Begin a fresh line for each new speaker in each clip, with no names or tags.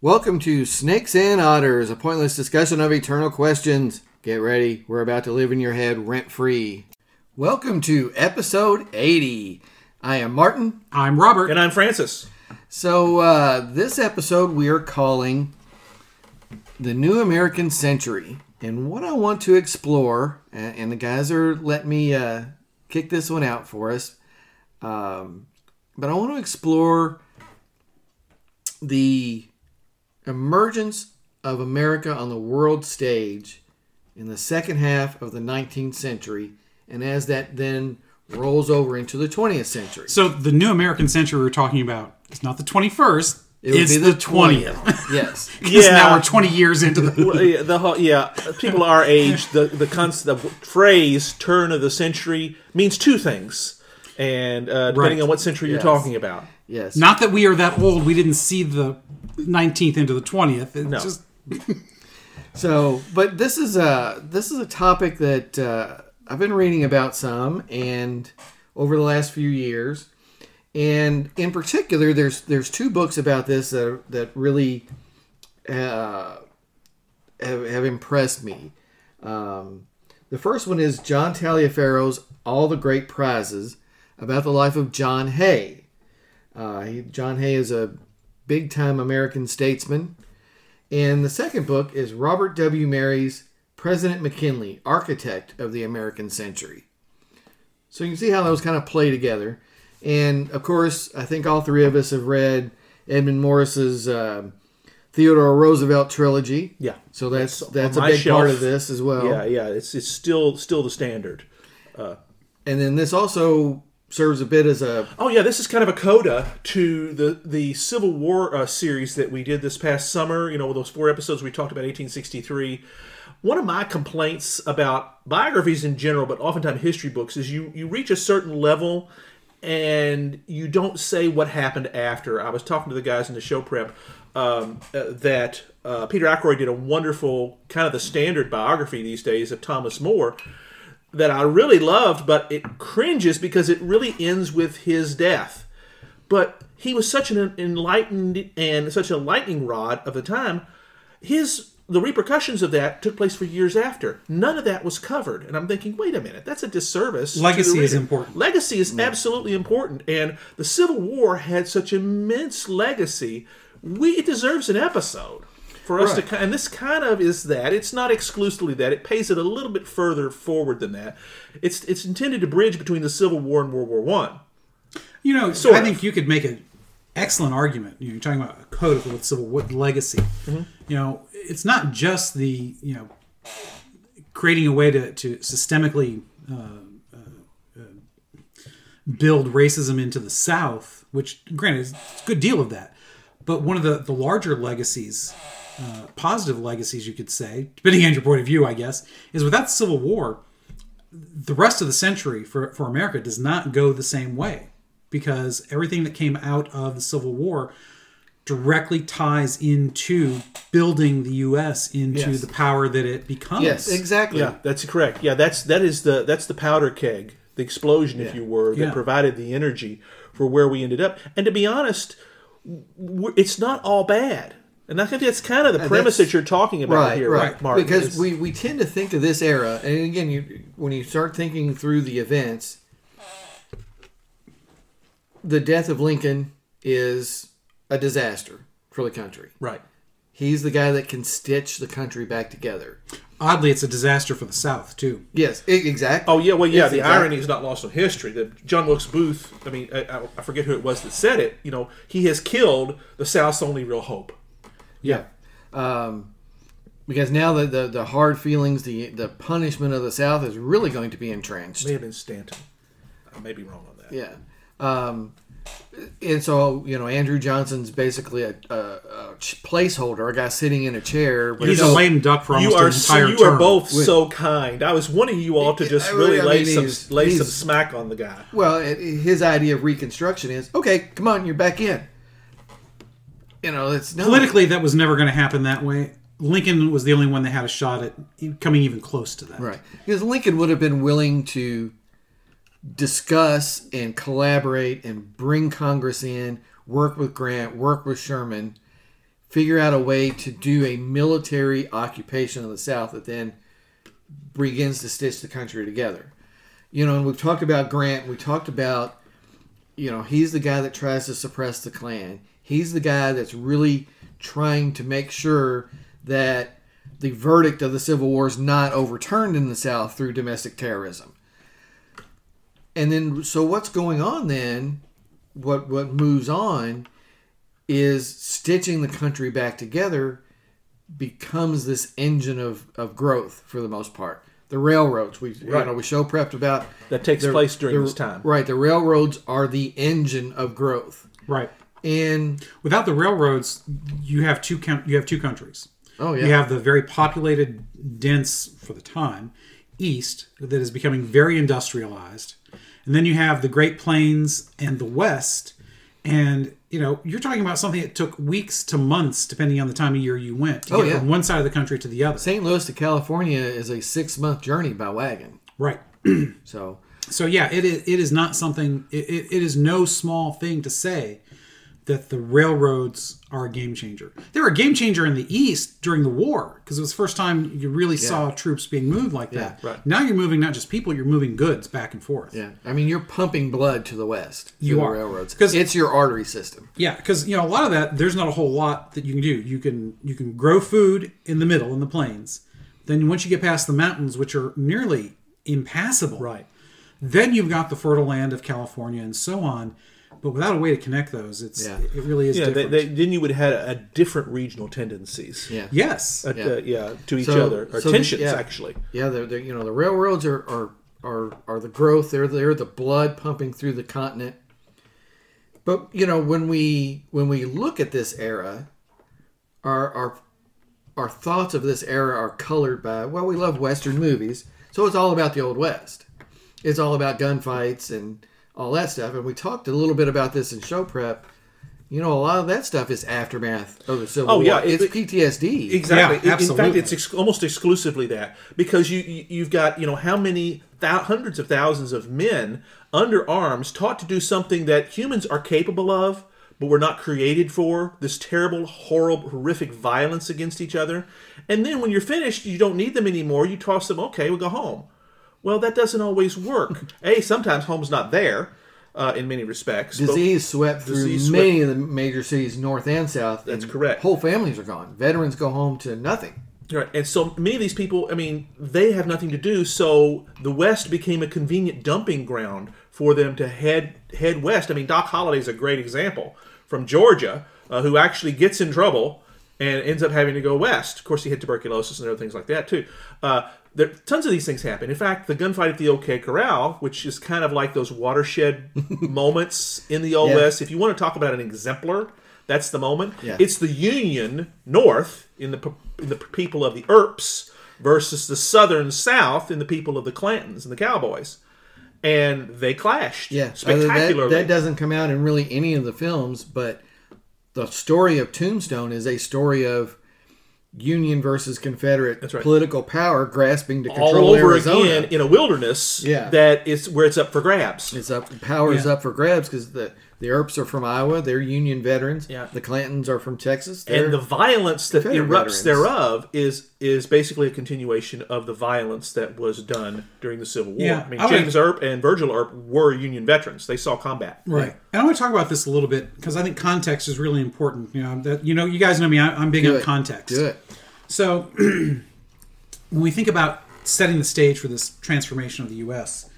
Welcome to Snakes and Otters, a pointless discussion of eternal questions. Get ready, we're about to live in your head rent free. Welcome to episode 80. I am Martin.
I'm Robert.
And I'm Francis.
So, uh, this episode we are calling The New American Century. And what I want to explore, a- and the guys are let me uh, kick this one out for us, um, but I want to explore the emergence of America on the world stage in the second half of the 19th century, and as that then rolls over into the 20th century.
So the new American century we're talking about is not the 21st.
would
it's
be
the 20th.
yes.
Because
Yeah.
now we're 20 years into the.
Well, yeah, the whole, yeah, people our age, the the concept, the phrase "turn of the century" means two things, and uh, depending
Right.
on what century
Yes.
you're talking about.
Yes.
Not that we are that old. We didn't see the 19th into the 20th. It's
No.
just
So, but this is a this is a topic that uh, I've been reading about some, and over the last few years, and in particular, there's there's two books about this that are, that really uh, have, have impressed me. Um, the first one is John Taliaferro's All the Great Prizes about the life of John Hay. Uh, he, John Hay is a big time American statesman. And the second book is Robert W. Mary's President McKinley, Architect of the American Century. So you can see how those kind of play together. And of course, I think all three of us have read Edmund Morris's um Theodore Roosevelt trilogy.
Yeah.
So that's
That's
that's a
on my
big part
shelf.
of this as well.
Yeah, yeah, it's it's still still the standard.
And then this also serves a bit as a
Oh yeah, this is kind of a coda to the the Civil War uh, series that we did this past summer. You know, those four episodes we talked about 1863. One of my complaints about biographies in general, but oftentimes history books, is you you reach a certain level and you don't say what happened after. I was talking to the guys in the show prep um, uh, that uh, Peter Ackroyd did a wonderful kind of the standard biography these days of Thomas More that I really loved, but it cringes because it really ends with his death. But he was such an enlightened and such a lightning rod of the time. His the repercussions of that took place for years after. None of that was covered, and I'm thinking, wait a minute, that's a disservice. to the
Legacy is
reader.
important.
Legacy is absolutely important, and the Civil War had such immense legacy. We it deserves an episode for us to, ki- and this kind of is that. It's not exclusively that. It pays it a little bit further forward than that. It's it's intended to bridge between the Civil War and World War One.
You know,
Sort
I
of.
think you could make an excellent argument. You know, you're talking about a code of the Civil War legacy.
Mm-hmm.
You know, it's not just the you know creating a way to to systemically uh, uh, uh, build racism into the South, which granted is a good deal of that, but one of the the larger legacies. Uh, positive legacies, you could say, depending on your point of view, I guess, is without the Civil War, the rest of the century for, for America does not go the same way because everything that came out of the Civil War directly ties into building the U.S. into
Yes.
the power that it becomes.
yes, Oh, exactly.
Yeah, that's correct. Yeah, that's that is the that's the powder keg, the explosion, if you were, that
Yeah.
provided the energy for where we ended up. And to be honest, w- it's not all bad. And I think that's kind of the premise
that's-
that you're talking about
Right,
here,
right.
Mark.
Because
It's-
we, we tend to think of this era, and again, you, when you start thinking through the events, the death of Lincoln is a disaster for the country.
right.
He's the guy that can stitch the country back together.
Oddly, it's a disaster for the South too.
Yes, e- exactly.
Oh yeah, well yeah.
Yes,
the
exactly.
irony is not lost on history. That John Wilkes Booth, I mean, I, I- I forget who it was that said it. You know, he has killed the South's only real hope.
yeah. Um, because now the, the, the hard feelings, the the punishment of the South is really going to be entrenched.
May have been Stanton. I may be wrong on that.
Yeah. Um, and so, you know, Andrew Johnson's basically a, a, a ch- placeholder, a guy sitting in a chair. But
He's a
so-
lame duck for almost
you are
an entire
so, you
term.
are both so kind. I was wanting you all to just
I really-
really,
I
lay
mean, he's-
some lay some
he's-
smack on the guy.
Well, it, it- his idea of reconstruction is okay, come on, you're back in. You know, it's no.
politically. That was never going to happen that way. Lincoln was the only one that had a shot at coming even close to that.
Right. Because Lincoln would have been willing to discuss and collaborate and bring Congress in, work with Grant, work with Sherman figure out a way to do a military occupation of the South that then begins to stitch the country together. You know, and we've talked about Grant. We talked about, you know, he's the guy that tries to suppress the Klan. He's the guy that's really trying to make sure that the verdict of the Civil War is not overturned in the South through domestic terrorism. And then, so what's going on then? What what moves on is stitching the country back together becomes this engine of, of growth for the most part. The railroads, we you
Right.
know, we show prepped about
That takes
the-
place during
the-
this time.
Right, the railroads are the engine of growth.
Right.
And
Without the railroads, you have two coun- you have two countries.
oh yeah,
You have the very populated, dense for the time, east that is becoming very industrialized, and then you have the Great Plains and the West. And you know, you're talking about something that took weeks to months, depending on the time of year you went, to
Oh,
get
yeah.
from one side of the country to the other.
St. Louis to California is a six month journey by wagon.
Right.
So
So yeah, it is, it is not something. It, it, it is no small thing to say that the railroads are a game changer. They were a game changer in the East during the war because it was the first time you really saw troops being moved like that.
right.
Now you're moving not just people, you're moving goods back and forth.
yeah, I mean you're pumping blood to the west.
You
through the
are.
railroads
'Cause-
it's your artery system.
Yeah, because you know a lot of that. There's not a whole lot that you can do. You can you can grow food in the middle in the plains. Then once you get past the mountains, which are nearly impassable,
Right.
Then you've got the fertile land of California and so on. But without a way to connect those, it's
Yeah.
it really is
Yeah, they,
different.
they, then you would have had a, different regional tendencies.
Yeah.
yes,
Uh,
Yeah.
yeah. yeah, to each
So-
other or
so the-
tensions
yeah.
actually.
Yeah, they're, they're you know the railroads are are, are are the growth. They're they're the blood pumping through the continent. But you know when we when we look at this era, our our our thoughts of this era are colored by well we love Western movies, so it's all about the old West. It's all about gunfights and all that stuff. And we talked a little bit about this in show prep. You know, a lot of that stuff is aftermath of the Civil
Oh,
War.
yeah, it-
it's PTSD.
Exactly.
Yeah,
In- In fact,
absolutely.
it's ex- almost exclusively that because you you- you've got you know how many thou- hundreds of thousands of men under arms taught to do something that humans are capable of, but we're not created for. This terrible, horrible, horrific violence against each other, and then when you're finished, you don't need them anymore. You toss them. Okay, we will go home. Well, that doesn't always work. a sometimes home's not there. Uh, in many respects, but-
disease swept through
Disease swept-
many of the major cities, north and south. That's
correct.
Whole families are gone. Veterans go home to nothing.
Right. And so many of these people, I mean, they have nothing to do, so the West became a convenient dumping ground for them to head head west. I mean, Doc Holliday's a great example from Georgia, uh, who actually gets in trouble and ends up having to go west. Of course, he had tuberculosis and other things like that too. Uh, there, tons of these things happen. In fact, the gunfight at the OK Corral, which is kind of like those watershed moments in the old
Yeah.
West. If you want to talk about an exemplar, that's the moment.
Yeah.
It's the Union North in the p- in the people of the Earps versus the Southern South in the people of the Clantons and the Cowboys, and they clashed.
Yeah, other than
spectacularly.
That, that doesn't come out in really any of the films, but the story of Tombstone is a story of Union versus Confederate
right.
political power grasping to control
all over
Arizona.
again in a wilderness
Yeah.
that is where it's up for grabs.
It's up. Power is
Yeah.
up for grabs because the the Earps are from Iowa. They're Union veterans.
Yeah.
The Clantons are from Texas. They're,
and the violence that
Confederate veterans.
erupts thereof is is basically a continuation of the violence that was done during the Civil War.
Yeah,
I mean,
I would-
James Earp and Virgil Earp were Union veterans; they saw combat.
right. And I want to talk about this a little bit because I think context is really important. You know that you know you guys know me. I, I'm big
Do
on
it.
context.
do it.
So, when we think about setting the stage for this transformation of the U.S.,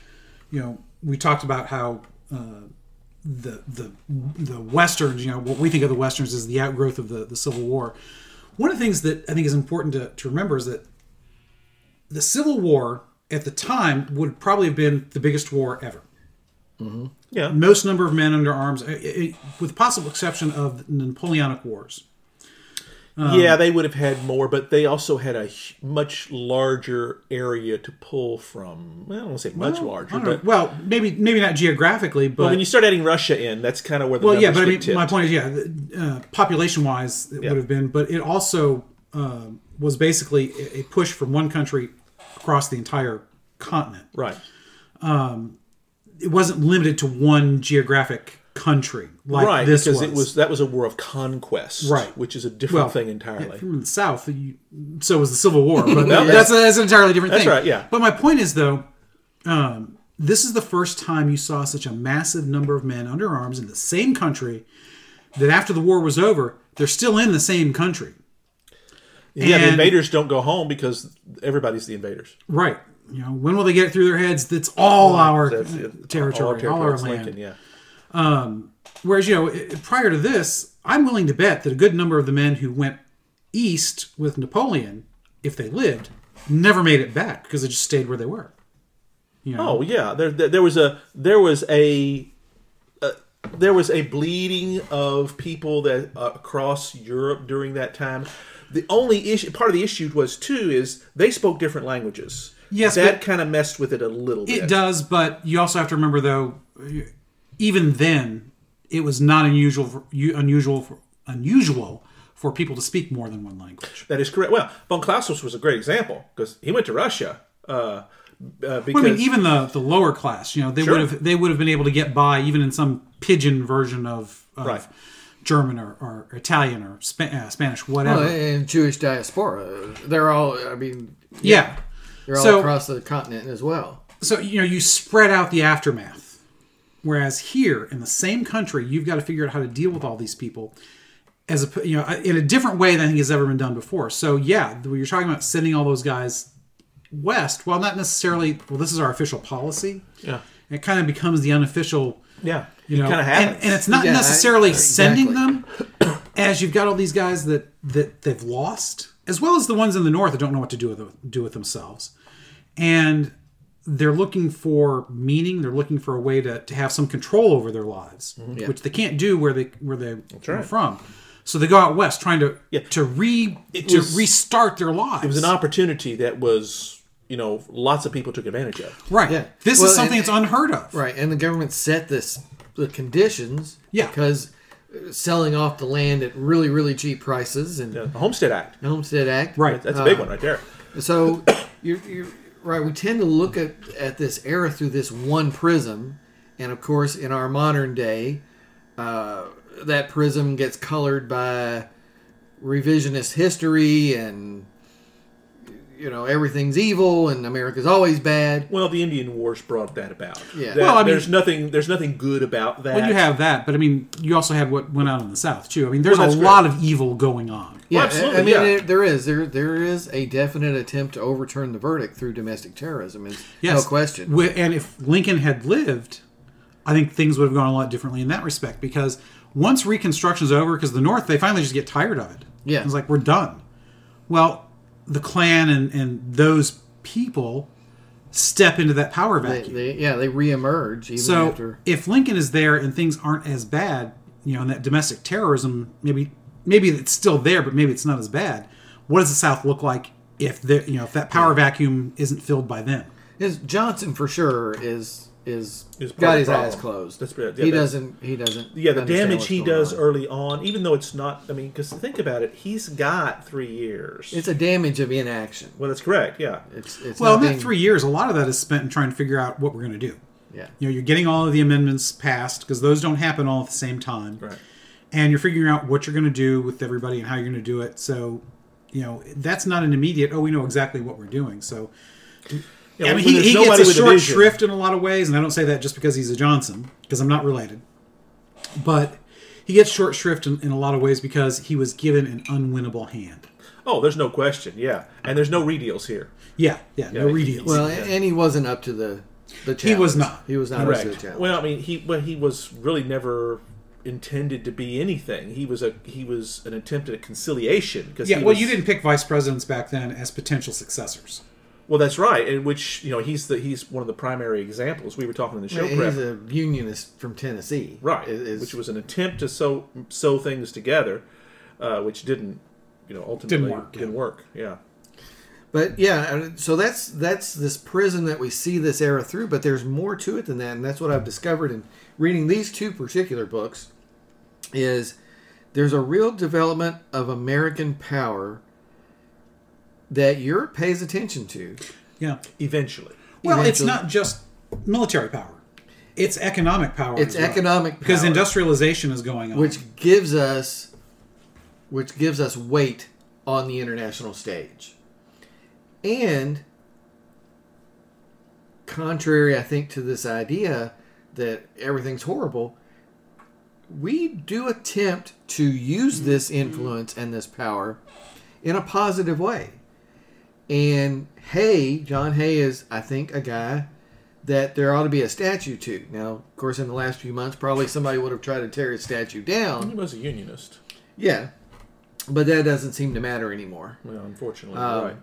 you know, we talked about how uh, the the the westerns, you know, what we think of the westerns is the outgrowth of the the Civil War. One of the things that I think is important to, to remember is that the Civil War at the time would probably have been the biggest war ever
Yeah,
most number of men under arms, eh, eh, with possible exception of the Napoleonic Wars. Um,
yeah, they would have had more, but they also had a hu- much larger area to pull from. Well, I don't want to say much larger,
I don't know.
but
well, maybe maybe not geographically, but
when you start adding Russia in, that's kind of where the
Well, yeah,
numbers
but I
get
mean,
tipped.
my point is, yeah, the, uh, population-wise, it would have been, but it also um was basically a- a push from one country across the entire continent.
right.
It wasn't limited to one geographic country like
right,
this
because
was.
it was that was a war of conquest,
Right.
Which is a different
Well,
thing
Yeah,
entirely.
from the South, you, so was the Civil War. But
Well,
that's, that's an entirely different
that's
thing.
right, yeah.
But my point is, though, um, this is the first time you saw such a massive number of men under arms in the same country that after the war was over, they're still in the same country.
yeah, the
And-
invaders don't go home because everybody's the invaders.
Right. You know, when will they get it through their heads? That's all our
That's it.
territory, all our,
It's
land.
Lincoln, yeah.
Whereas, you know, i- prior to this, I'm willing to bet that a good number of the men who went east with Napoleon, if they lived, never made it back because they just stayed where they were. You know?
Oh yeah, there, there there was a there was a uh, there was a bleeding of people that uh, across Europe during that time. The only issue, part of the issue was too, is they spoke different languages.
Yes,
that
but-
kind of messed with it a little
It
bit.
does, but you also have to remember, though, even then, it was not unusual for, u- unusual for, unusual for people to speak more than one language.
That is correct. Well, von Clausewitz was a great example because he went to Russia. Uh, uh, because
Well, I mean, even the, the lower class, you know, they
Sure.
would have they would have been able to get by even in some pigeon version of, of
Right.
German or, or Italian or Spa- uh, Spanish, whatever.
Well, and Jewish diaspora. They're all. I mean,
yeah.
they're all
So-
across the continent as well.
So you know, you spread out the aftermath. Whereas here in the same country, you've got to figure out how to deal with all these people as a you know uh, in a different way than I think has ever been done before. So yeah, when you're talking about sending all those guys west, well, not necessarily. Well, this is our official policy.
yeah,
It kind of becomes the unofficial
yeah,
you know
kind of happens.
and, and it's not
Yeah, I-
necessarily sending them
exactly.
as you've got all these guys that that they've lost as well as the ones in the north that don't know what to do with do with themselves and they're looking for meaning they're looking for a way to, to have some control over their lives which they can't do where they where they are
right.
from so they go out west trying to
Yeah.
to re
It
to
was-
restart their lives
it was an opportunity that was you know lots of people took advantage of.
right
Yeah.
this
Well,
is something
and-
that's unheard of
Right, and the government set this the conditions.
Yeah.
Because uh, selling off the land at really really cheap prices and
The Homestead Act.
the Homestead Act.
Right.
That's a big one right there.
So you're, you're right. We tend to look at at this era through this one prism, and of course, in our modern day, uh, that prism gets colored by revisionist history and you know everything's evil and America's always bad.
Well, the Indian Wars brought that about.
Yeah.
That-
Well, I mean-
there's nothing. There's nothing good about that.
Well, you have that, but I mean, you also had what went on in the South too. I mean, there's
Well,
a
that's
lot of evil going on.
Yeah, I-
absolutely,
I mean,
yeah.
it- there is there there is a definite attempt to overturn the verdict through domestic terrorism. Is
Yes,
no question.
Wi- And if Lincoln had lived, I think things would have gone a lot differently in that respect. Because once Reconstruction's over, because the North they finally just get tired of it.
Yeah.
it's like we're done. Well, the Klan and and those people step into that power
They,
vacuum.
they, yeah, they reemerge even
so
after.
if Lincoln is there and things aren't as bad, you know, and that domestic terrorism maybe maybe it's still there, but maybe it's not as bad. What does the South look like if the you know if that power vacuum isn't filled by them?
Is Johnson for sure is is,
Is part
got
of
his
the problem.
eyes closed.
That's- yeah,
he
that-
doesn't. He doesn't.
Yeah, the
understand
damage
what's
he
going
does
on.
early on, even though it's not. I mean, because think about it, he's got three years.
It's a damage of inaction.
well, that's correct. Yeah,
It's it's
Well,
not
in that
being-
three years, a lot of that is spent in trying to figure out what we're going to do.
Yeah,
You know, you're getting all of the amendments passed because those don't happen all at the same time.
right.
and you're figuring out what you're going to do with everybody and how you're going to do it. So, you know, that's not an immediate. Oh, we know exactly what we're doing. So,
Yeah,
I mean,
when
he,
there's
he
nobody
gets a
with a
short
vision.
shrift in a lot of ways, and I don't say that just because he's a Johnson, because I'm not related. But he gets short shrift in, in a lot of ways because he was given an unwinnable hand.
Oh, there's no question. Yeah, and there's no redeals here.
Yeah, yeah, no
Yeah,
redeals.
well, and- and he wasn't up to the the challenge.
He was not.
He was not up to the
Correct.
challenge.
Well, I mean, he well, he was really never intended to be anything. He was a he was an attempt at conciliation. Because
yeah, well, you didn't pick vice presidents back then as potential successors.
Well, that's right. In which you know he's the he's one of the primary examples we were talking in the show.
And
prep.
he's a unionist from Tennessee,
right
Is- is-
which was an attempt to sew sew things together uh, which didn't you know ultimately
Didn't work, yeah.
work, yeah
But yeah, I mean, so that's that's this prism that we see this era through. But there's more to it than that, and that's what I've discovered in reading these two particular books. Is there's a real development of American power that Europe pays attention to.
Yeah.
eventually
Well, it's
Eventually.
not just military power. it's economic power.
It's
as well.
economic
because
power.
industrialization is going on.
which gives us which gives us weight on the international stage and contrary i think to this idea that everything's horrible we do attempt to use this influence and this power in a positive way and hay john hay is i think a guy that there ought to be a statue to now of course in the last few months probably somebody would have tried to tear his statue down
He was a unionist.
yeah, but that doesn't seem to matter anymore.
Well, unfortunately,
Um,
right.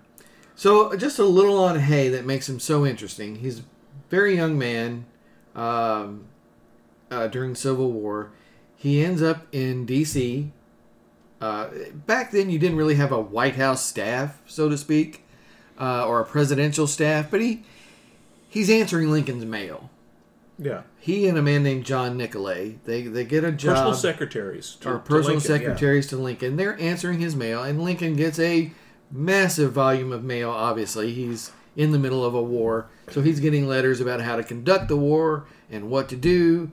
So just a little on Hay that makes him so interesting. He's a very young man um, uh, during Civil War. He ends up in D.C. Uh, back then, you didn't really have a White House staff, so to speak, uh, or a presidential staff, but he he's answering Lincoln's mail.
Yeah,
He and a man named John Nicolay they they get a job
personal secretaries. To,
our
to
uh, personal
Lincoln, yeah.
secretaries to Lincoln. They're answering his mail, and Lincoln gets a massive volume of mail. Obviously, he's in the middle of a war, so he's getting letters about how to conduct the war and what to do.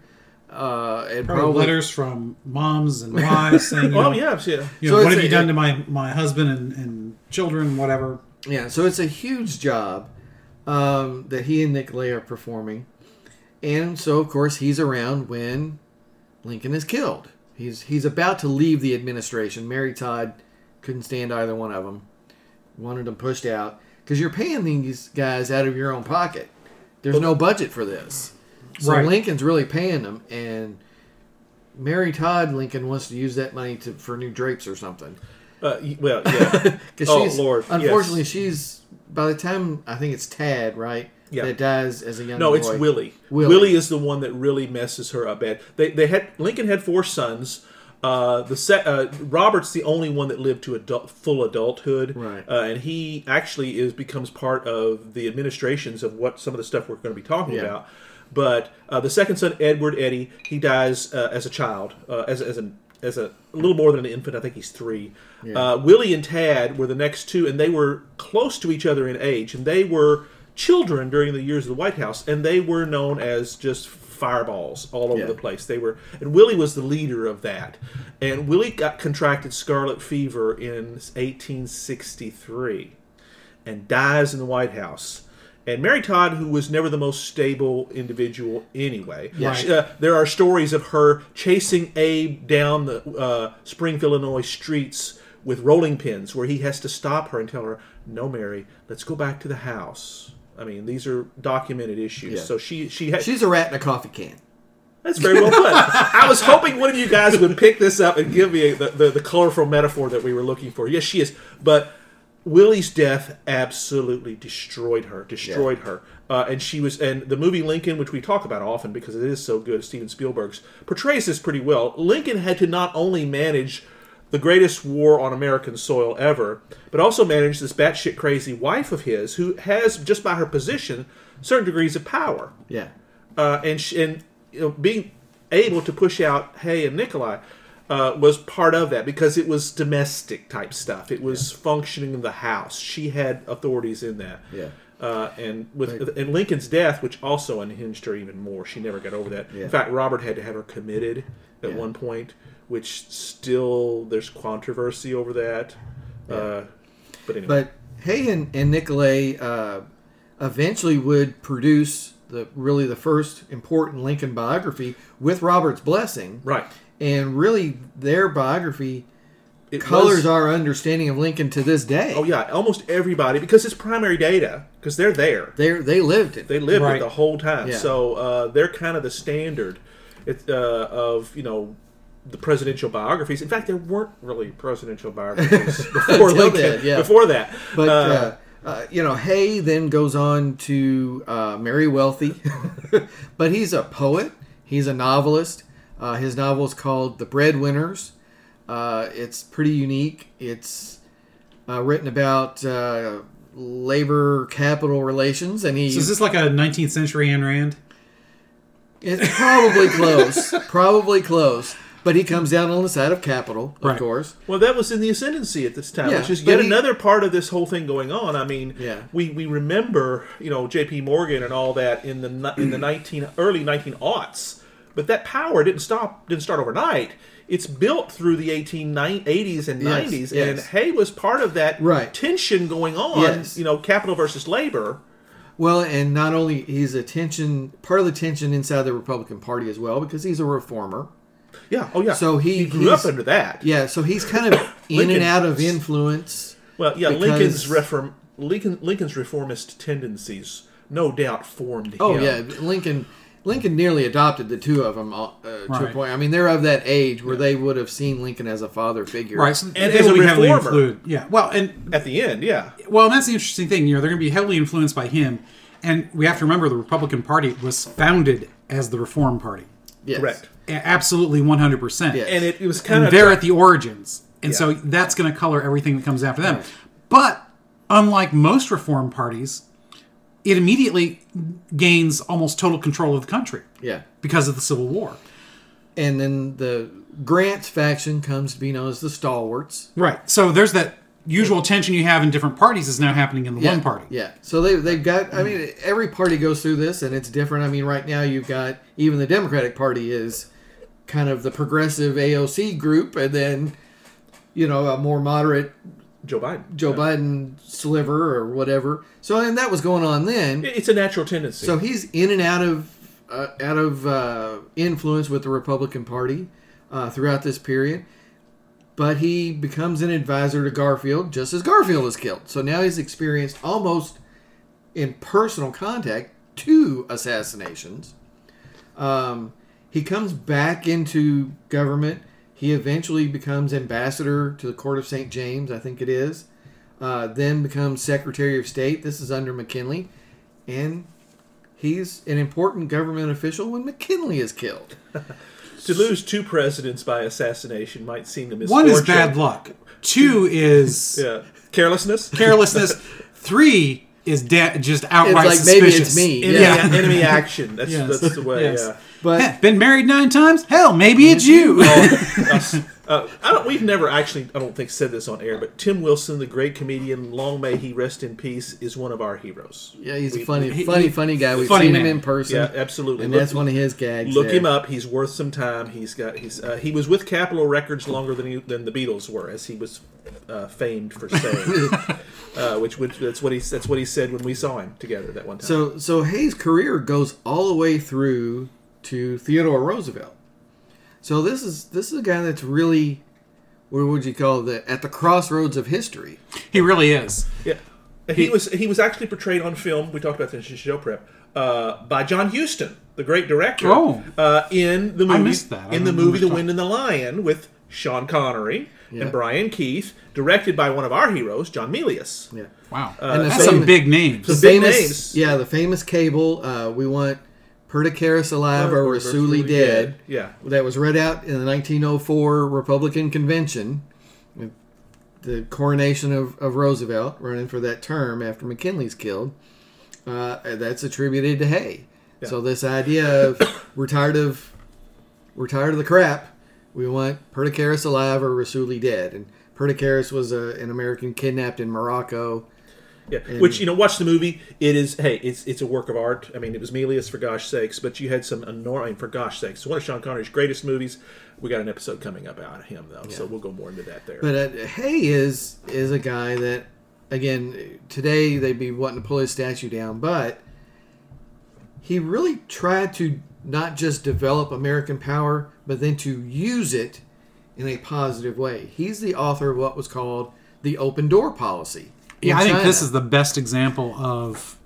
Uh, and
Probably
probably,
letters from moms and wives saying, you know,
Oh yeah, yeah.
you
So
know, what
it's
have
a-
you done to my my husband and, and children, whatever.
yeah. So it's a huge job um, that he and Nicolay are performing, and so of course he's around when Lincoln is killed. He's he's about to leave the administration. Mary Todd couldn't stand either one of them. Wanted them pushed out because you're paying these guys out of your own pocket. There's no budget for this. So
Right.
Lincoln's really paying them and Mary Todd Lincoln wants to use that money to for new drapes or something.
Uh, y- well, yeah.
'Cause
Oh,
she's-
Lord, yes.
Unfortunately, she's by the time I think it's Tad, right?
Yeah.
That dies as a young
No,
boy.
it's Willie.
Willie.
Willie. is the one that really messes her up bad. They, they had Lincoln had four sons. Uh, the se- uh, Robert's the only one that lived to adult, full adulthood,
Right.
Uh, and he actually is becomes part of the administrations of what some of the stuff we're going to be talking
Yeah.
about. But uh, the second son, Edward Eddie, he dies uh, as a child, uh, as as an as a little more than an infant. I think he's three. Uh, Willie and Tad were the next two, and they were close to each other in age, and they were children during the years of the White House, and they were known as just fireballs all over
Yeah.
the place. They were, and Willie was the leader of that. And Willie got contracted scarlet fever in 1863 and dies in the White House. And Mary Todd, who was never the most stable individual anyway, she- uh, there are stories of her chasing Abe down the uh, Springfield, Illinois streets with rolling pins, where he has to stop her and tell her, "No, Mary, let's go back to the house." I mean, these are documented issues.
Yeah.
So she she had,
She's a rat in a coffee can.
that's very well put. I was hoping one of you guys would pick this up and give me the, the, the colorful metaphor that we were looking for. Yes, she is. But Willie's death absolutely destroyed her, destroyed her. Uh, and she was, and the movie Lincoln, which we talk about often because it is so good, Steven Spielberg's, portrays this pretty well. Lincoln had to not only manage the greatest war on American soil ever, but also managed this batshit crazy wife of his who has, just by her position, certain degrees of power
Yeah.
uh, and sh- and you know, being able to push out Hay and Nikolai uh, was part of that because it was domestic type stuff. It was functioning in the house. She had authorities in that.
Yeah.
Uh, and with and Lincoln's death, which also unhinged her even more, she never got over that.
Yeah.
In fact, Robert had to have her committed at
Yeah.
one point, which still there's controversy over that. Uh, but anyway,
But Hay and, and Nicolay uh, eventually would produce the really the first important Lincoln biography with Robert's blessing,
right,
and really their biography
it
colors
was-
our understanding of Lincoln to this day.
Oh yeah, almost everybody because it's primary data because they're there.
they they lived it.
They lived
Right.
it the whole time,
Yeah.
so uh, they're kind of the standard it, uh, of you know the presidential biographies. In fact, there weren't really presidential biographies before
Until
Lincoln.
then, yeah.
Before that,
but
Uh,
uh, uh, you know, Hay then goes on to uh, marry wealthy, but he's a poet. He's a novelist. Uh, his novel is called *The Breadwinners*. Uh, it's pretty unique. It's uh, written about uh, labor capital relations, and he
So is this like a 19th century Ayn Rand?
it's probably close, probably close. but he comes down on the side of Capitol, of
Right.
course.
Well, that was in the ascendancy at this time,
Yeah,
which is
but
yet
he-
another part of this whole thing going on. I mean,
Yeah.
we, we remember you know J.P. Morgan and all that in the ni- in the nineteen early nineteen aughts, but that power didn't stop didn't start overnight. It's built through the eighteen eighties and
Yes,
nineties, and
yes.
Hay was part of that
Right.
tension going on.
Yes.
You know, capital versus labor.
Well, and not only he's a tension, part of the tension inside the Republican Party as well, because he's a reformer.
Yeah. Oh yeah.
So he-
grew up
he's-
under that.
Yeah, so he's kind of in
Lincoln-
and out of influence.
Well, yeah,
Because-
Lincoln's reform Lincoln Lincoln's reformist tendencies no doubt formed
Oh
him.
yeah, Lincoln. Lincoln nearly adopted the two of them uh, to a
Right.
point. I mean, they're of that age where they would have seen Lincoln as a father figure.
Right, so
And
they
as
will
a
be heavily
reformer.
influenced. Yeah, well, and
at the end, yeah.
Well, and that's the interesting thing. You know, they're going to be heavily influenced by him, and we have to remember the Republican Party was founded as the Reform Party,
Yes.
Correct.
A- absolutely one hundred percent.
Yeah.
And it, it was kind
And
of
they're at the origins, and
Yeah.
so that's going to color everything that comes after them. But unlike most Reform parties, it immediately gains almost total control of the country
Yeah.
because of the Civil War.
And then the Grant's faction comes to be known as the Stalwarts.
Right. So there's that usual tension you have in different parties is now happening in the one party.
Yeah. So they they've got. I mean, every party goes through this, and it's different. I mean, right now you've got even the Democratic Party is kind of the progressive AOC group, and then you know a more moderate
Joe Biden.
Joe Biden sliver or whatever. So and that was going on then.
It- It's a natural tendency.
So he's in and out of uh, out of uh, influence with the Republican Party uh, throughout this period, but he becomes an advisor to Garfield just as Garfield is killed. So now he's experienced almost in personal contact two assassinations. Um, he comes back into government. He eventually becomes ambassador to the court of St. James, I think it is. Uh, then becomes Secretary of State. This is under McKinley. And he's an important government official when McKinley is killed.
to lose two presidents by assassination might seem a misfortune.
One is bad luck. Two is
Yeah. Carelessness.
carelessness. Three is da- just outright
like, maybe
suspicious.
it's me.
Enemy,
Yeah.
enemy action. That's
Yes.
that's the way.
Yes.
Yeah.
But
Heh, been married nine times? Hell, maybe it's you.
Us- Oh, uh, I don't. We've never actually. I don't think said this on air, but Tim Wilson, the great comedian, long may he rest in peace, is one of our heroes.
yeah, he's a funny,
he-
funny,
he-
funny guy. We've
funny
seen him
man.
in person.
Yeah, absolutely.
And
Look-
that's one of his gags.
Look
there.
him up. He's worth some time. He's got. He's. Uh, he was with Capitol Records longer than he, than the Beatles were, as he was uh, famed for saying. uh, which, which that's what he that's what he said when we saw him together that one time.
So so Hayes' career goes all the way through to Theodore Roosevelt. So this is this is a guy that's really what would you call the at the crossroads of history.
he really is.
yeah, And he, was he was actually portrayed on film. We talked about this in show prep uh, by John Huston, the great director.
Oh.
uh, in the movie
missed that. I
in the
don't
movie The
understand.
Wind and the Lion with Sean Connery
Yeah.
and Brian Keith, directed by one of our heroes, John Milius.
Yeah.
Wow.
Uh, And the
That's
same-
some big names.
The big
famous
names.
yeah, the famous cable, uh, we want Perdicaris alive or, Rasuli dead.
Yeah.
That was read out in the 1904 Republican convention, the coronation of, of Roosevelt, running for that term after McKinley's killed. Uh, that's attributed to Hay. So this idea of we're tired of we're tired of the crap. We want Perdicaris alive or Rasuli dead. And Perdicaris was a, an American kidnapped in Morocco.
Yeah, which you know, watch the movie. It is hey, it's it's a work of art. I mean, it was Melius for gosh sakes, but you had some enormous for gosh sakes. One of Sean Connery's greatest movies. We got an episode coming up out of him though, so we'll go more into that there.
But uh, Hay is is a guy that, again, today they'd be wanting to pull his statue down, but he really tried to not just develop American power, but then to use it in a positive way. He's the author of what was called the open door policy. in
yeah, I think
China.
this is the best example of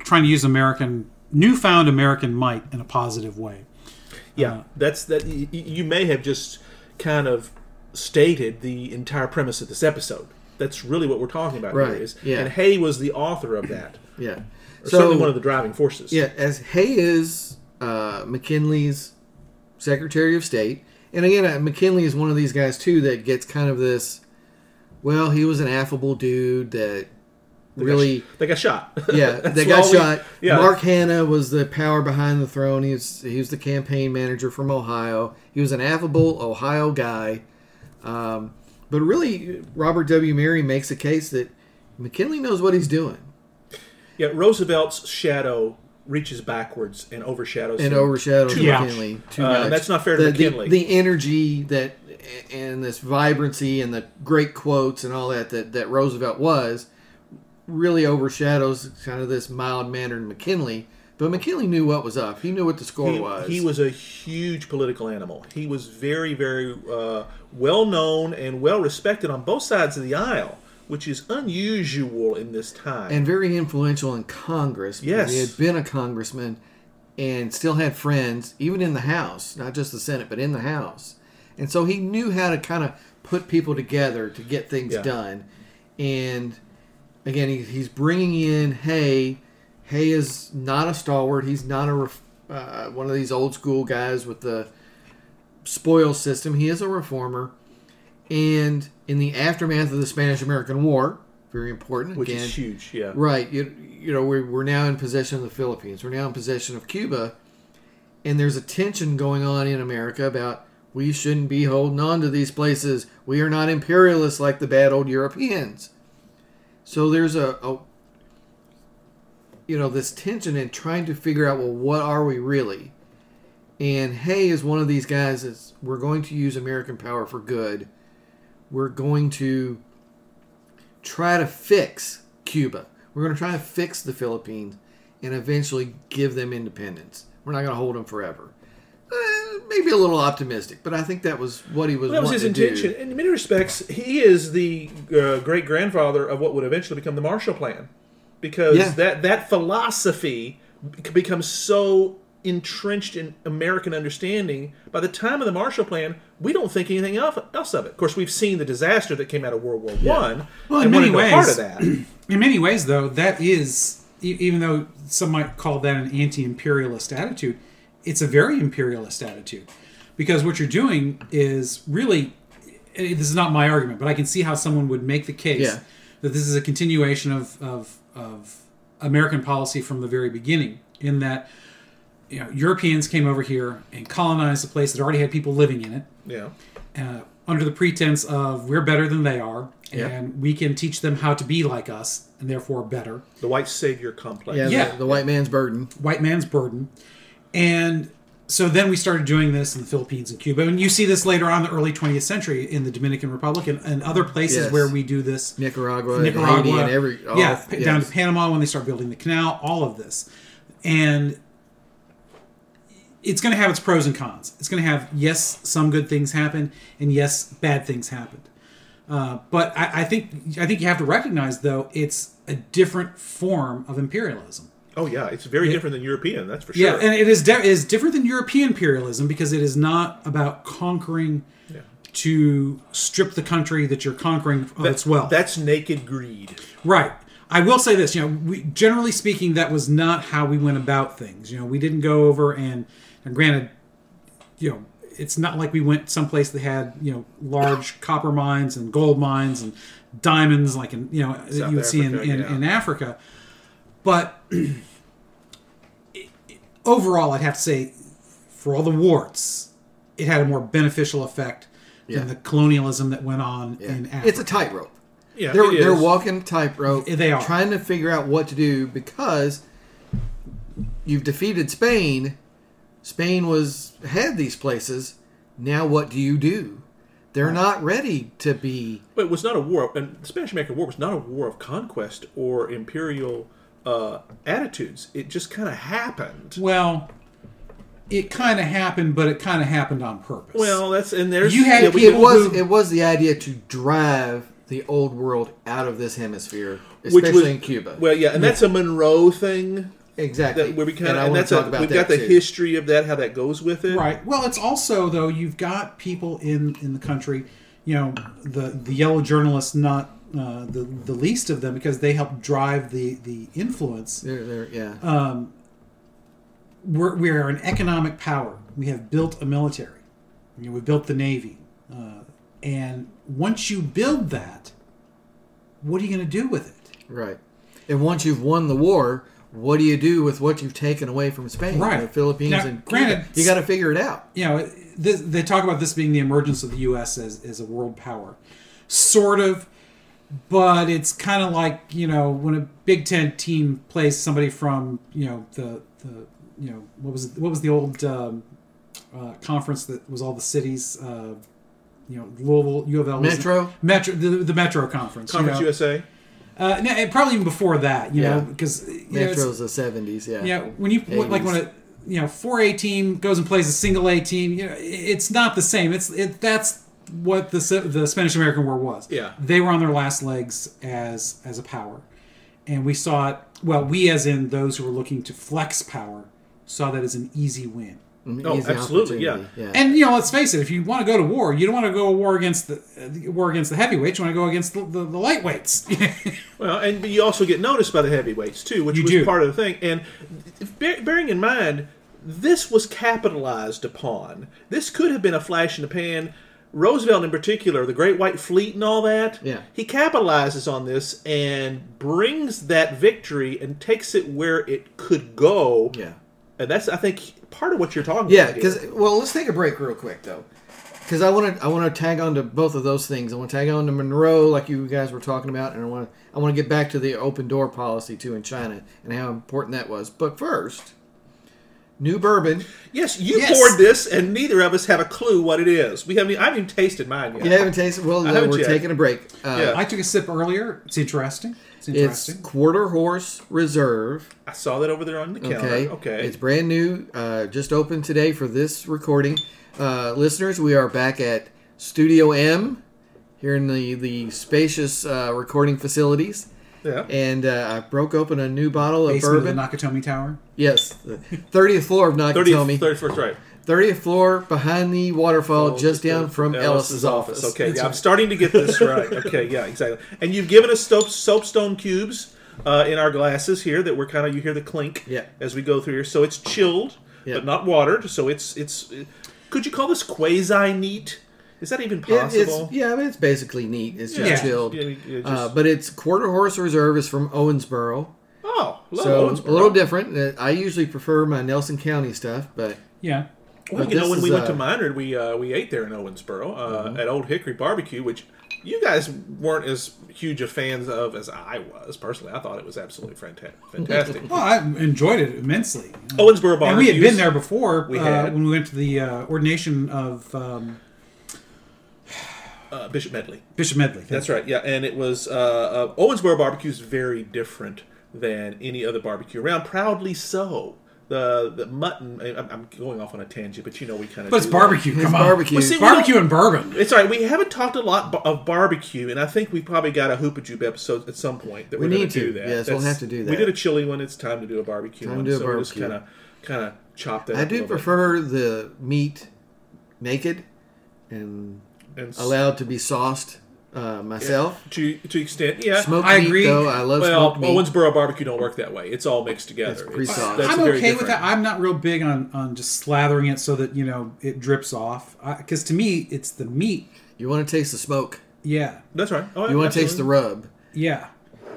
trying to use American, newfound American might in a positive way. Uh,
yeah,
uh,
that's that. You, you may have just kind of stated the entire premise of this episode. That's really what we're talking about
Right,
here. Is
yeah.
and Hay was the author of that,
yeah.
or certainly one of the driving forces.
Yeah, as Hay is uh, McKinley's Secretary of State, and again, uh, McKinley is one of these guys too that gets kind of this. Well, he was an affable dude that really
They got shot.
yeah, they
That's
got
all we-
shot.
yeah.
Mark Hanna was the power behind the throne. He was he was the campaign manager from Ohio. He was an affable Ohio guy, um, but really, Robert W. Mary makes a case that McKinley knows what he's doing
yeah, Roosevelt's shadow reaches backwards and overshadows
and
him.
overshadows
Too much.
McKinley too
Uh,
much.
that's not fair to
The- the-
McKinley.
The, energy that and this vibrancy and the great quotes and all that that, that Roosevelt was really overshadows kind of this mild mannered McKinley. But McKinley knew what was up. He knew what the score
he,
was.
he was a huge political animal. He was very, very uh, well known and well respected on both sides of the aisle, which is unusual in this time.
and very influential in Congress. because
Yes.
he had been a congressman and still had friends, even in the House, not just the Senate, but in the House. And so he knew how to kind of put people together to get things
Yeah.
done. And again, he, he's bringing in Hay. Hay is not a stalwart. He's not a ref, uh, one of these old school guys with the spoil system. He is a reformer. And in the aftermath of the Spanish American War, very important,
which
again,
is huge, yeah.
Right. You, you know, we're, we're now in possession of the Philippines. We're now in possession of Cuba. And there's a tension going on in America about we shouldn't be holding on to these places. We are not imperialists like the bad old Europeans. So there's a, a you know, this tension in trying to figure out, well, what are we really? And Hay is one of these guys that's, we're going to use American power for good. We're going to try to fix Cuba. We're going to try to fix the Philippines and eventually give them independence. We're not going to hold them forever. Eh, maybe a little optimistic, but I think that was what he was.
That was
wanting
his
to do.
intention. In many respects, he is the uh, great grandfather of what would eventually become the Marshall Plan, because
Yeah.
that that philosophy bec- becomes so entrenched in American understanding. By the time of the Marshall Plan, we don't think anything of- else of it. Of course, we've seen the disaster that came out of World War One,
Well, in
and
many
we're a part of
ways-
that.
In many ways, though, that is, e- even though some might call that an anti imperialist attitude, it's a very imperialist attitude. Because what you're doing is really, eh, this is not my argument, but I can see how someone would make the case
Yeah.
that this is a continuation of, of, of American policy from the very beginning, in that you know, Europeans came over here and colonized a place that already had people living in it
yeah,
uh, under the pretense of we're better than they are
Yeah.
and we can teach them how to be like us and therefore better
the white savior complex.
Yeah, the-
Yeah.
The, white man's burden.
white man's burden and so then we started doing this in the philippines and cuba and you see this later on in the early 20th century in the dominican republic and, and other places
Yes.
where we do this
Nicaragua, and
Nicaragua,
Haiti, and every all,
yeah,
yes.
down to Panama when they start building the canal, all of this, and it's going to have its pros and cons. It's going to have yes, some good things happen, and yes, bad things happened. Uh, but I, I think I think you have to recognize though it's a different form of imperialism.
Oh yeah, it's very different than European. That's for
Yeah,
sure.
and it is de- is different than European imperialism because it is not about conquering to strip the country that you're conquering of its wealth.
That's naked greed.
Right. I will say this, you know, we, generally speaking, that was not how we went about things. You know, we didn't go over and, and granted, you know, it's not like we went someplace that had, you know, large copper mines and gold mines and diamonds, like in, you know, that you would see in,
Africa,
in,
yeah.
in Africa. But overall, I'd have to say, for all the warts, it had a more beneficial effect
Yeah.
than the colonialism that went on in Africa.
It's a tightrope.
Yeah,
They're,
it is.
they're walking a tightrope.
They are.
trying to figure out what to do because you've defeated Spain. Spain was had these places. Now what do you do? They're not ready to be.
But it was not a war, and the Spanish American War was not a war of conquest or imperial uh, attitudes. It just kind of happened.
Well, it kind of happened, but it kind of happened on purpose.
Well, that's and there's
You had
yeah, we-
It
people
was
who-
it was the idea to drive the old world out of this hemisphere,
which
especially
was-
in Cuba.
Well, yeah, and that's a Monroe thing
exactly.
that where we kind
And
of
I
and
want
that's
to talk
a,
about
we've
that
got the
too.
history of that, how that goes with it.
right. Well, it's also though you've got people in in the country, you know, the the yellow journalists, not uh, the the least of them, because they helped drive the the influence.
There, there, yeah.
We're, we are an economic power. We have built a military. You know, we built the navy, uh, and once you build that, what are you going to do with it?
Right. And once you've won the war, what do you do with what you've taken away from Spain,
Right.
the Philippines,
Now,
and
granted,
Cuba? You got to figure it out.
you know, this, they talk about this being the emergence of the U.S. as, as a world power, sort of, but it's kind of like you know when a Big Ten team plays somebody from you know the the you know what was it, what was the old um, uh, conference that was all the cities. Uh, you know, Louisville, U of L, was-
Metro?
Metro, the, the Metro Conference, you
Conference
know.
USA.
Uh, no, and probably even before that, you
Yeah.
know, because you know, it's-
Metro's the seventies, yeah.
yeah, when you
Yeah,
like
he's-
when a you know four A team goes and plays a single A team, you know, i- it's not the same. It's it that's what the Se- the Spanish American War was.
Yeah.
they were on their last legs as as a power, and we saw it. Well, we as in those who were looking to flex power saw that as an easy win.
An
Oh,
Mm, easy
absolutely, yeah.
opportunity, yeah.
And you know, let's face it: if you want to go to war, you don't want to go to war against the, uh, the war against the heavyweights. You want to go against the, the, the lightweights.
Well, and you also get noticed by the heavyweights too, which
You
was
do.
part of the thing. And bear, bearing in mind, this was capitalized upon. This could have been a flash in the pan. Roosevelt, in particular, the Great White Fleet and all that.
Yeah.
he capitalizes on this and brings that victory and takes it where it could go.
yeah.
and that's I think part of what you're talking
Yeah,
about. here.
because well, let's take a break real quick though, because I want to I want to tag on to both of those things. I want to tag on to Monroe, like you guys were talking about, and I want to I want to get back to the open door policy too in China and how important that was. But first, new bourbon.
yes, you
Yes.
poured this, and neither of us have a clue what it is. We haven't. e, I haven't even tasted mine yet.
You haven't tasted? Well, no,
haven't
we're
yet.
taking a break. Uh,
Yeah.
I took a sip earlier. It's interesting. It's
It's
interesting.
Quarter Horse Reserve.
I saw that over there on the counter.
Okay.
Okay,
It's brand new. Uh, just opened today for this recording. Uh, listeners, we are back at Studio M here in the, the spacious uh, recording facilities.
yeah.
And uh, I broke open a new bottle of
basement
bourbon.
of the Nakatomi Tower.
yes, the 30th floor of
30th,
Nakatomi.
31st, right.
30th floor behind the waterfall, just down from
Yeah,
Ellis's office.
Okay,
That's
yeah, I'm
right.
starting to get this right. Okay, yeah, exactly. And you've given us soap, soapstone cubes uh, in our glasses here that we're kind of you hear the clink
Yeah.
as we go through here. So it's chilled,
Yeah.
but not watered. So it's it's. Could you call this quasi neat? Is that even
It-
possible?
it's, yeah, I mean, it's basically neat. It's just
Yeah.
chilled.
Yeah, yeah, just-
uh, but it's Quarter Horse Reserve is from Owensboro.
oh, love
So
Owensboro.
a little different. Uh, I usually prefer my Nelson County stuff, but
Yeah.
Well,
But
you know,
this
when
is,
we went
uh, Mm-hmm.
to Minard, we uh, we ate there in Owensboro uh, at Old Hickory Barbecue, which you guys weren't as huge of fans of as I was personally. I thought it was absolutely fanta- fantastic.
Well, I enjoyed it immensely.
Mm.
Owensboro Barbecue.
and we had been there before
Oh, We
uh,
had.
when we went to the uh, ordination of um,
uh, Bishop Medley.
Bishop Medley.
That's right. Yeah, and it was uh, uh, Owensboro Barbecue is very different than any other barbecue around. Proudly so. The the mutton. I- I'm, I'm going off on a tangent, but you know we kind of.
But it's barbecue. Come on.
barbecue. Well, see,
we
Barbecue
don't-
and bourbon.
It's all right. We haven't talked a lot b- of barbecue, and I think we probably got a Hoopa Jube episode at some point that we are
need
to
to.
do that.
Yes, we'll have to do
We
that.
did a chili one. It's time to do a barbecue
Time to
one.
do a
so we just kind
barbecue.
of kind of chop that.
I
up a
do
little bit.
prefer the meat naked and
And s-
allowed to be sauced uh, myself.
to to extent. Yeah.
Smoked
I
meat,
agree.
though. I love
well,
smoked meat.
Owensboro barbecue don't work that way. It's all mixed together.
It's
It's-
pre-sauced.
that's
I'm
very
okay with
different.
that. I'm not real big on, on just slathering it so that, you know, it drips off. Because to me, it's the meat.
you want to taste the smoke.
Yeah.
That's right. Oh,
You want to taste the rub.
Yeah.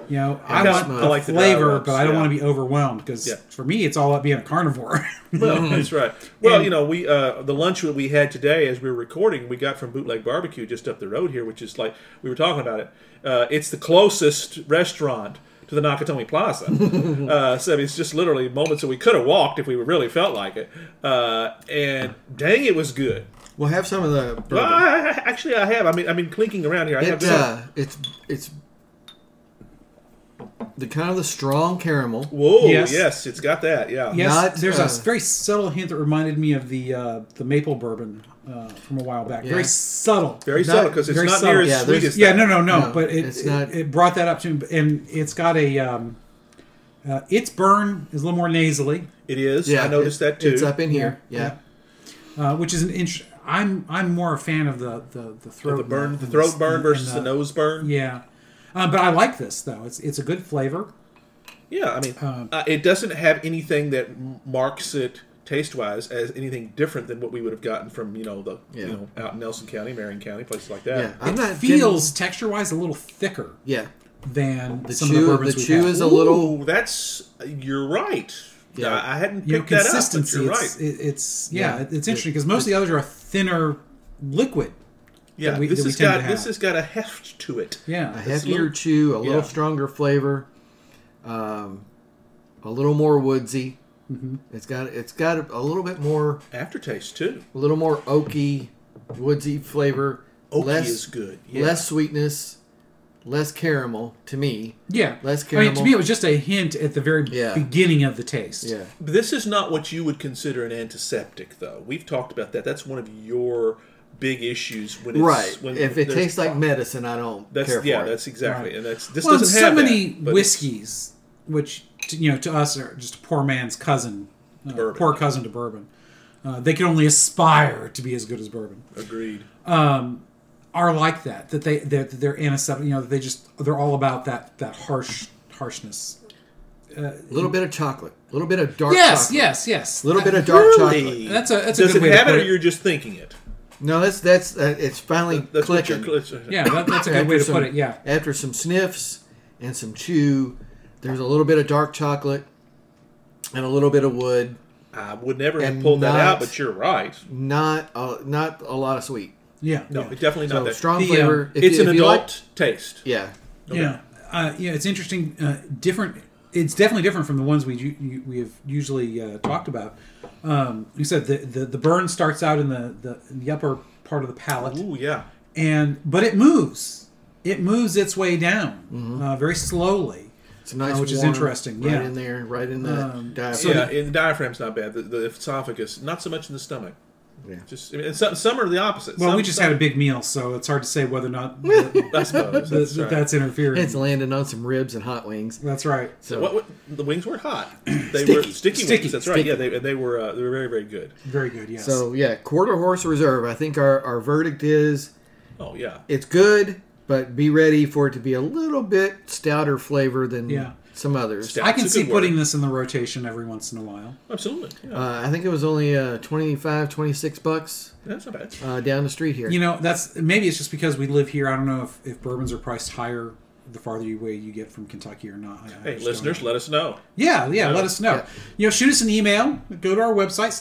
You know, I
Yeah,
want
I
the
like the dry
flavor,
rubs,
but I don't
yeah.
want to be overwhelmed because
Yeah.
for me, it's all about being a carnivore.
Well, that's right. Well,
And-
you know, we uh, the lunch that we had today, as we were recording, we got from Bootleg Barbecue just up the road here, which is like we were talking about it. Uh, it's the closest restaurant to the Nakatomi Plaza. uh, so I mean, it's just literally moments that we could have walked if we really felt like it. Uh, and dang, it was good.
We'll have some of the bourbon.
Well, I, I- actually, I have. I mean, I mean, clinking around here. I have
it,
some.
uh, it's it's the kind of the strong caramel.
Whoa,
Yes.
yes. it's got that. Yeah.
Yes,
Not,
there's
uh,
a very subtle hint that reminded me of the uh, the maple bourbon uh, from a while back. Very
Yeah.
subtle.
Very
Not-
subtle because it's
very
not
subtle.
near as
Yeah,
sweet
there's-
as
yeah,
that.
no, no, no,
No,
But it,
it's
it-
not-
it brought that up to me, and it's got a um, uh, its burn is a little more nasally,
It is.
Yeah,
I noticed
it-
that too.
It's up in here.
Yeah.
Yeah,
uh, which is an inch. I'm I'm more a fan of the the, the throat
the burn,
and
the throat burn
and
versus the nose burn.
Yeah, uh, but I like this though. It's it's a good flavor.
Yeah, I mean,
um,
uh, it doesn't have anything that m- marks it taste wise as anything different than what we would have gotten from you know the
Yeah.
you know out in Nelson County, Marion County, places like
yeah.
that.
I'm
it
not
feels texture wise a little thicker
getting- yeah.
than
The
some
chew-
of the bourbons
the
we've
chew
had.
is a little.
Ooh, that's you're right.
Yeah.
Yeah, I hadn't picked
you know,
that
consistency.
up. But you're
it's,
right.
it, it's yeah,
Yeah.
it- it's interesting because most of the others are a thinner liquid.
Yeah,
we- that
this
we
has
tend to
got this
have.
has got a heft to it.
A
Yeah,
heftier
little-
chew, a
yeah.
little stronger flavor, um, a little more woodsy.
Mm-hmm.
It's got it's got a, a little bit more,
Aftertaste too.
a little more oaky, woodsy flavor.
Oaky
less,
is good. Yeah.
Less sweetness, less caramel to me.
yeah.
Less
I mean, to
caramel.
me, it was just a hint at the very
Yeah.
beginning of the taste.
Yeah,
But This is not what you would consider an antiseptic, though. We've talked about that. That's one of your big issues when it's,
right.
When
if it
there's-
tastes like medicine, I don't
that's
care for
yeah,
it.
that's exactly, and that's this
well, and
doesn't
so
have
many
that, but it's-
whiskeys, which to, you know to us are just a poor man's cousin, uh,
Bourbon.
poor cousin to bourbon. Uh, they can only aspire to be as good as bourbon.
Agreed.
Are like that that they they're, they're antiseptic. You know, they just they're all about that that harsh harshness.
A little bit of chocolate, a little bit of dark.
Yes,
chocolate,
yes, yes.
A little bit of dark
Really?
chocolate.
That's a- that's a
Does
good
it
way to
have
put
it, or
it.
you're just thinking it?
No, that's that's uh, it's finally
That's what
clicking.
you're. cl-
Yeah, that, that's a good
After
way to
some-
put it. Yeah.
After some sniffs and some chew, there's a little bit of dark chocolate and a little bit of wood.
I would never have
And
pulled that out,
not-
but you're right.
Not a, not a lot of sweet.
Yeah.
No,
yeah.
it's definitely not
So
that.
strong
The, um,
flavor. if
it's
you-
an
if you like-
adult taste.
yeah.
Yeah, uh, yeah, it's interesting. Uh, different. It's definitely different from the ones we u- u- we have usually uh, talked about. Um, you said the, the the burn starts out in the, the in the upper part of the palate,
Ooh, yeah.
and but it moves. It moves its way down
Mm-hmm.
uh, very slowly.
It's a nice
Uh, which is
warm
interesting,
Right
yeah.
in there, right in the
Um,
diaphragm.
yeah, and the diaphragm's not bad. The, the esophagus, not so much in the stomach.
Yeah.
Just I mean, and some, some are the opposite.
Well,
some,
we just
some,
had a big meal, so it's hard to say whether or not the,
I suppose
the,
that's, right.
that's interfering.
It's landing on some ribs and hot wings.
that's right.
So
What, what, the wings were hot. They were
Sticky.
sticky,
Sticky,
wings. That's right. Yeah, they, they were uh, they were very very good.
Very good. Yes.
so yeah, quarter horse reserve. I think our, our verdict is
Oh yeah.
it's good, but be ready for it to be a little bit stouter flavor than
Yeah.
some others.
Stout.
I can
That's a
see
good word.
putting this in the rotation every once in a while.
Absolutely. Yeah.
Uh, I think it was only uh, 25, 26 bucks
that's not bad.
uh, down the street here.
You know, that's maybe it's just because we live here. I don't know if, if bourbons are priced higher the farther you away you get from Kentucky or not. I- I
Hey,
just
listeners,
don't know.
let us know.
yeah, yeah,
Yeah.
let us know.
Yeah.
You know, shoot us an email. Go to our website,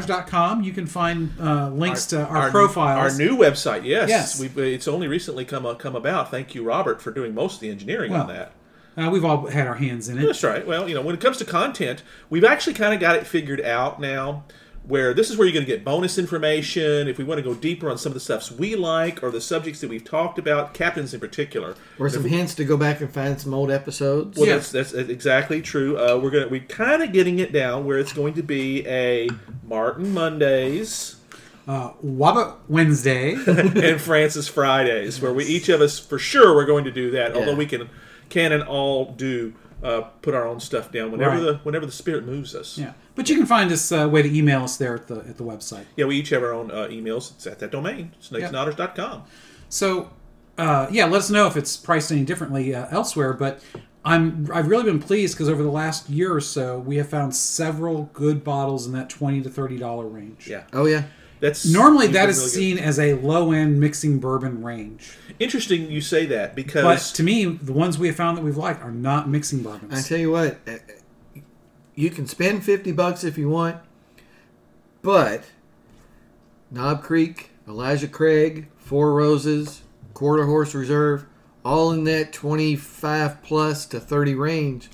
snakesandotters.com. You can find uh, links to our, profiles.
Our new website. Yes.
Yes.
We've, it's only recently come uh, come about. Thank you, Robert, for doing most of the engineering on
Well.
that.
uh, we've all had our hands in it.
That's right. Well, you know, when it comes to content, we've actually kind of got it figured out now. Where this is where you're going to get bonus information if we want to go deeper on some of the stuffs we like or the subjects that we've talked about, captains in particular.
or some hints to go back and find some old episodes.
Well,
Yeah.
that's, that's that's exactly true. Uh, we're gonna we're kind of getting it down where it's going to be a Martin Mondays
Uh, Wabba Wednesday.
and Francis Fridays, where we each of us for sure we're going to do that. Although
Yeah.
we can can and all do uh, put our own stuff down whenever
Right.
the whenever the spirit moves us.
yeah, but you can find us uh, way to email us there at the at the website.
Yeah, we each have our own uh, emails. It's at that domain, snakesandotters.com.
So, uh, yeah, let us know if it's priced any differently uh, elsewhere. But I'm I've really been pleased because over the last year or so, we have found several good bottles in that twenty to thirty dollar range.
Yeah.
Oh yeah,
That's
Normally,
you've
that
been
is
really good.
seen as a low end mixing bourbon range.
interesting. You say that
But
because
to me, the ones we have found that we've liked are not mixing bourbons.
I tell you what, uh, you can spend fifty bucks if you want, but Knob Creek, Elijah Craig, Four Roses, Quarter Horse Reserve, all in that twenty-five plus to thirty range.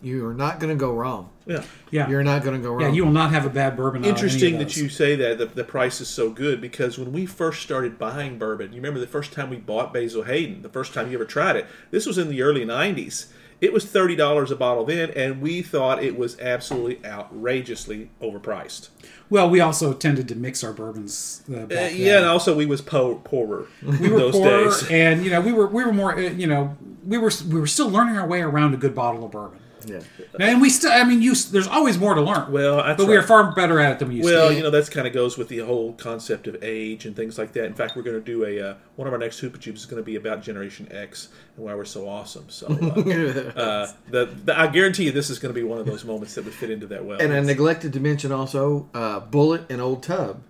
You are not going to go wrong.
yeah.
yeah.
You're not going to go wrong.
yeah, you will not have a bad bourbon. out of any of
Interesting that
those.
you say that the, the price is so good because when we first started buying bourbon, you remember the first time we bought Basil Hayden, the first time you ever tried it. This was in the early '90s. It was thirty dollars a bottle then, and we thought it was absolutely outrageously overpriced.
Well, we also tended to mix our bourbons. Uh, back
Uh,
then.
yeah, and also we was po- poorer
we were
those
poorer,
days.
and you know we were we were more uh, you know we were we were still learning our way around a good bottle of bourbon.
Yeah.
And we still, I mean, you s- there's always more to learn.
Well, that's
but we are
right.
far better at it than we used
Well,
to.
you know that's kind of goes with the whole concept of age and things like that. In fact, we're going to do a uh, one of our next Hoopa Tubes is going to be about Generation X and why we're so awesome. So, uh, uh, the, the, I guarantee you, this is going to be one of those moments that would fit into that well.
And I neglected to mention also uh, Bullet and Old Tub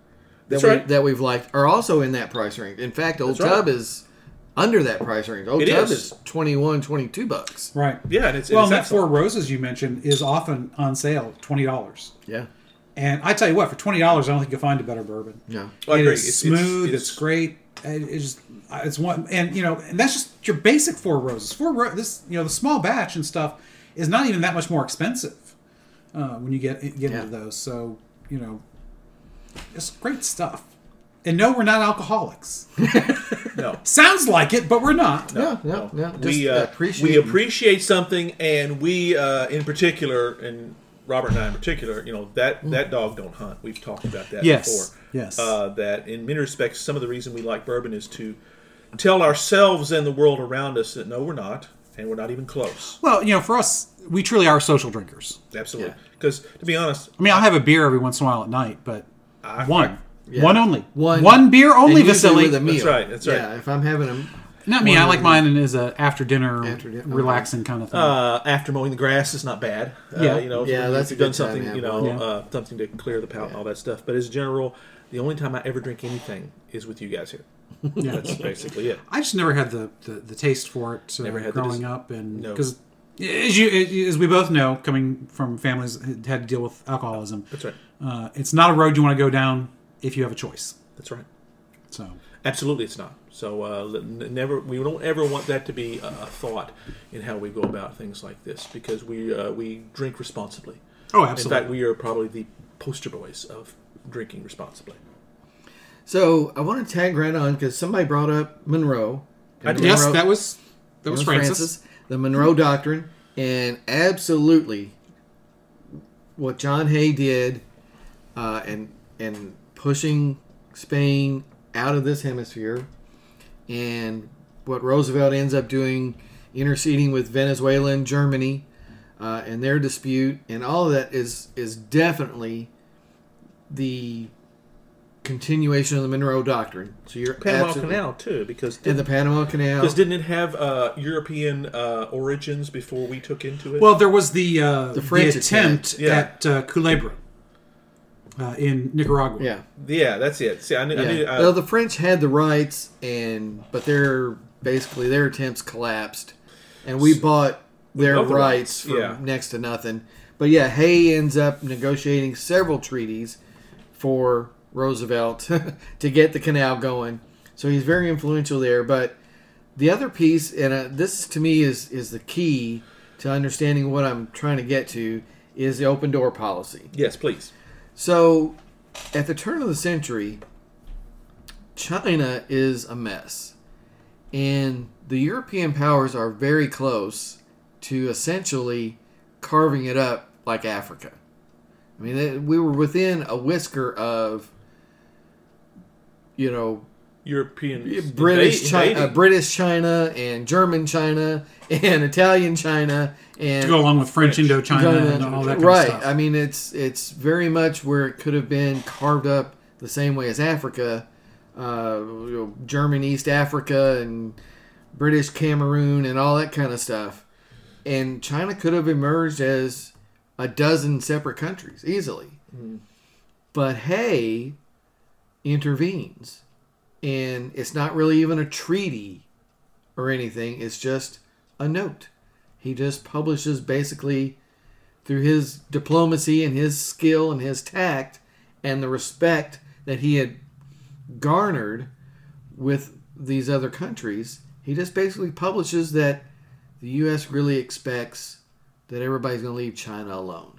that
That's
we,
right.
that we've liked are also in that price range. In fact, Old
That's right.
Tub is under that price range. Old
It
Tub
is.
is 21, 22 bucks.
Right.
Yeah, and it's-
well,
it's
and that
excellent.
Four Roses you mentioned is often on sale twenty dollars.
Yeah.
And I tell you what, for twenty dollars, I don't think you'll find a better bourbon.
Yeah.
Well, I
It
agree.
is
It's- it's-
smooth. It's,
it's-
great. It- It's just, it's one, and you know, and that's just your basic four roses. Four ro- this, you know, the small batch and stuff is not even that much more expensive uh, when you get get
Yeah.
into those. So you know, it's great stuff. And no, we're not alcoholics.
no.
Sounds like it, but we're not.
Yeah, yeah, yeah. Just
we uh,
appreciate
we
it.
appreciate something, and we uh, in particular, and Robert and I in particular, you know that
Mm.
that dog don't hunt. We've talked about that
Yes,
before.
yes.
uh, that in many respects, some of the reason we like bourbon is to tell ourselves and the world around us that no, we're not, and we're not even close.
Well, you know, for us, we truly are social drinkers.
Absolutely,
Yeah.
because to be honest,
I mean, I'll have a beer every once in a while at night, but one,
yeah.
one only,
One-
one beer only,
And usually
Vasily.
with a meal.
right, that's right.
Yeah, if I'm having a
Not me. I like mine as a after dinner,
After dinner, okay.
relaxing kind of thing.
uh, after mowing the grass is not bad. Uh,
Yeah.
you know,
Yeah,
if
that's
you've
a
done
good time
something,
to have
you know,
one.
Yeah.
uh, something to clear the palate and all that stuff. But as general, the only time I ever drink anything is with you guys here.
Yeah.
That's basically it.
I just never had the, the, the taste for it uh,
Never had the
growing
des-
up, and
No.
because as you as we both know, coming from families that had to deal with alcoholism,
That's right.
uh, it's not a road you want to go down if you have a choice.
That's right.
So
Absolutely, it's not. So uh, l- n- never, we don't ever want that to be a, a thought in how we go about things like this because we uh, we drink responsibly.
oh,
In
absolutely.
fact, we are probably the poster boys of drinking responsibly.
so I want to tag right on because somebody brought up Monroe.
I did.
yes,
Monroe-
that was that was
Thomas
Francis.
the Monroe Doctrine, and absolutely what John Hay did, uh, and and pushing Spain out of this hemisphere, and what Roosevelt ends up doing, interceding with Venezuela and Germany, uh, and their dispute, and all of that is is definitely the continuation of the Monroe Doctrine. So you're
Panama
absolutely-
Canal too, because
and the
did,
Panama Canal.
because didn't it have uh, European uh, origins before we took into it?
Well, there was the uh, the,
French
attempt
attempt, yeah.
at uh, Culebra uh, in Nicaragua.
yeah.
yeah, that's it. See, I knew. I uh,
Yeah.
knew I,
well, the French had the rights, and but their basically their attempts collapsed, and we bought their
bought the
rights
rights,
for
yeah.
next to nothing. But yeah, Hay ends up negotiating several treaties for Roosevelt to get the canal going. So he's very influential there. But the other piece, and uh, this to me is is the key to understanding what I'm trying to get to, is the open door policy.
yes, please.
So, at the turn of the century, China is a mess. And the European powers are very close to essentially carving it up like Africa. I mean, they- we were within a whisker of, you know,
European
British uh,
invade-
China,
invading.
British China and German China and Italian China and
To go along with French Indochina
Gonna-
and all that kind
right.
of stuff.
I mean, it's it's very much where it could have been carved up the same way as Africa, uh, you know, German East Africa and British Cameroon and all that kind of stuff. And China could have emerged as a dozen separate countries easily. But Hay intervenes, and it's not really even a treaty or anything. It's just a note. He just publishes basically through his diplomacy and his skill and his tact and the respect that he had garnered with these other countries, he just basically publishes that the U.S. really expects that everybody's going to leave China alone.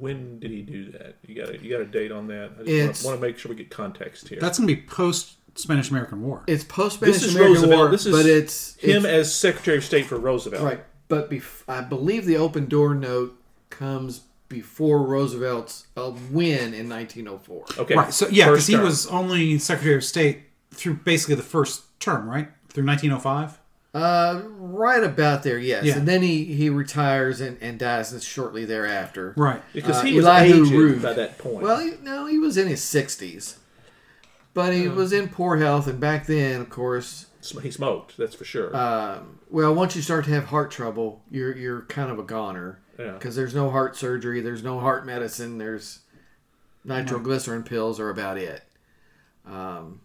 When did he do that? You got you got a date on that? I
It's-
just want to make sure we get context here.
That's going to be post Spanish American War.
It's post
this
Spanish
is
American
Roosevelt.
War,
this is
but it's
him
it's-
as Secretary of State for Roosevelt.
right. But bef- I believe the open door note comes before Roosevelt's uh, win in 1904.
Okay.
Right. So yeah, because
First
he
term.
was only Secretary of State through basically the first term, right? Through 1905.
Uh, right about there, yes.
Yeah.
And then he, he retires and, and dies shortly thereafter.
Right.
because
uh,
he was
Elihu
aged
Root.
by that point.
Well, he, no, he was in his 60s. But he was in poor health, and back then, of course,
Sm- he smoked. That's for sure.
um, well, once you start to have heart trouble, you're you're kind of a goner
Yeah.
because there's no heart surgery, there's no heart medicine, there's nitroglycerin pills are about it. Um,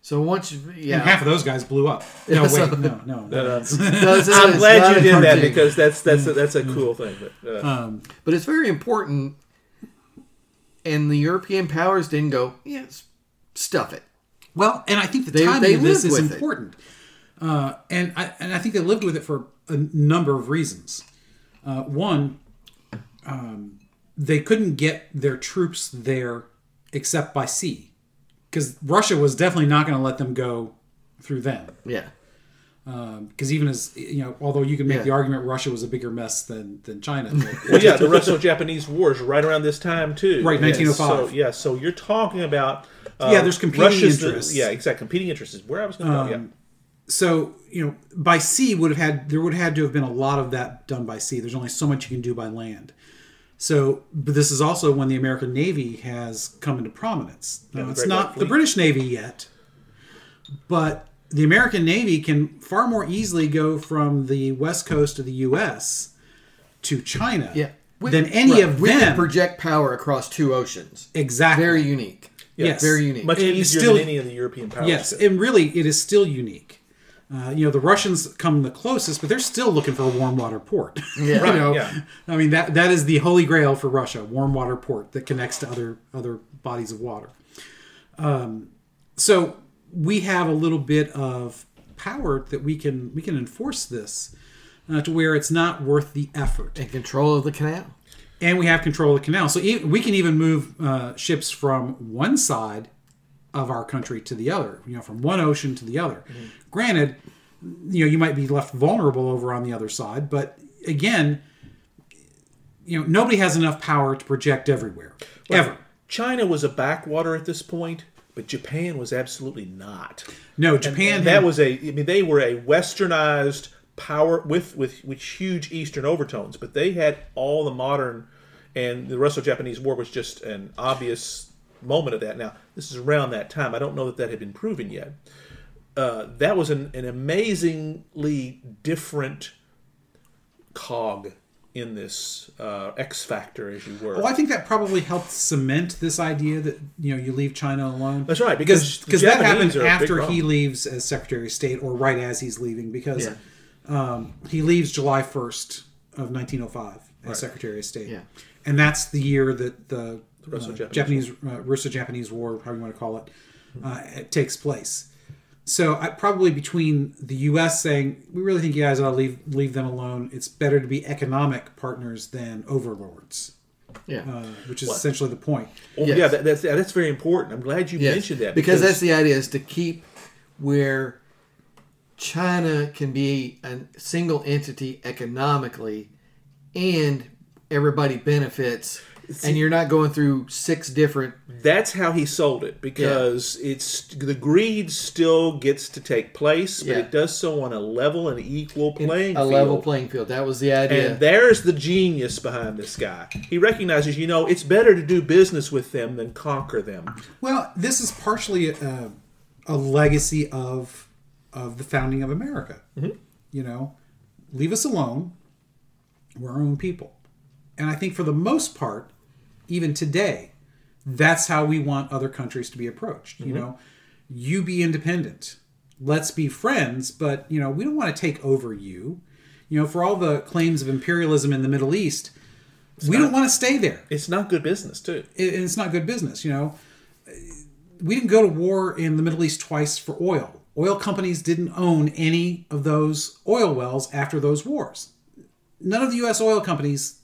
So once, you, yeah,
And half of those guys blew up. No,
Yeah, so-
wait, no, no. no.
No, it's-
I'm
it's
glad
not
you
a
did that
cartoon.
because that's that's a, that's a cool thing. But uh,
But it's very important. And the European powers didn't go, yes, stuff it.
Well, and I think the
They-
timing
they
of this
lived
is
with it.
important, uh, and I and I think they lived with it for a number of reasons. Uh, one, um, they couldn't get their troops there except by sea, because Russia was definitely not going to let them go through them.
Yeah.
Because even as you know, although you can make
Yeah.
the argument Russia was a bigger mess than than China,
well, yeah, the Russo-Japanese War is right around this time too.
Right,
Yes,
1905.
So yeah, so you're talking about uh,
Yeah, there's competing
Russia's the-
interests. Um,
yeah, exactly. Competing interests is where I was going to go. Yeah.
so you know by sea would have had there would have had to have been a lot of that done by sea there's only so much you can do by land so but this is also when the american navy has come into prominence now,
the
it's
Great White
not the
Fleet.
british navy yet but the american navy can far more easily go from the west coast of the us to china
Yeah. We-
than any
right.
of
we could
them
project power across two oceans.
exactly
Very unique.
Yes.
Very unique.
Much
It is
easier
still-
than any of the European powers.
Yes, and really, it is still unique. Uh, you know, the Russians come the closest, but they're still looking for a warm water port.
yeah.
you know,
yeah.
I mean that that is the holy grail for Russia: warm water port that connects to other other bodies of water. Um, so we have a little bit of power that we can we can enforce this uh, to where it's not worth the effort
And control of the canal.
and we have control of the canal. So e- we can even move uh, ships from one side of our country to the other, you know, from one ocean to the other.
Mm-hmm.
Granted, you know, you might be left vulnerable over on the other side, but again, you know, nobody has enough power to project everywhere, ever.
China was a backwater at this point, but Japan was absolutely not.
No, Japan.
And
had-
that was a. I mean, they were a westernized power with with with huge Eastern overtones, but they had all the modern, and the Russo-Japanese War was just an obvious moment of that. Now, this is around that time. I don't know that that had been proven yet. Uh, that was an, an amazingly different cog in this uh, X factor, as you were.
Oh,
Well, I think that probably helped cement this idea that you know you leave China alone.
That's right,
because
because
because
the
that
Japanese
happened
are a big
after he
problem.
leaves as Secretary of State, or right as he's leaving, because
Yeah.
um, he leaves July first of 1905 as Secretary of State,
Yeah.
and that's the year that the, uh,
Russo-Japanese
Japanese uh, Russo-Japanese War, however you want to call it,
Hmm.
uh, it takes place. So I, probably between the U.S. saying we really think you guys ought to leave leave them alone. It's better to be economic partners than overlords
Yeah.
which is essentially the point.
Oh,
Yes.
Yeah, that, that's that's very important. I'm glad you
Yes,
mentioned that
because, that's the idea is to keep where China can be a single entity economically, and everybody benefits, and you're not going through six different.
That's how he sold it because it's the greed still gets to take place, but
Yeah.
it does so on a level and equal playing
a
field.
level playing field. That was the idea.
and there's the genius behind this guy. He recognizes, you know, it's better to do business with them than conquer them.
Well, this is partially a, a legacy of of the founding of America. You know, leave us alone. We're our own people, and I think for the most part, even today, that's how we want other countries to be approached. You know, you be independent. Let's be friends, but you know, we don't want to take over you. You know, for all the claims of imperialism in the Middle East, we don't want to stay there
It's not good business, too.
it- and it's not good business. You know, we didn't go to war in the Middle East twice for oil. Oil companies didn't own any of those oil wells after those wars. None of the U.S. oil companies.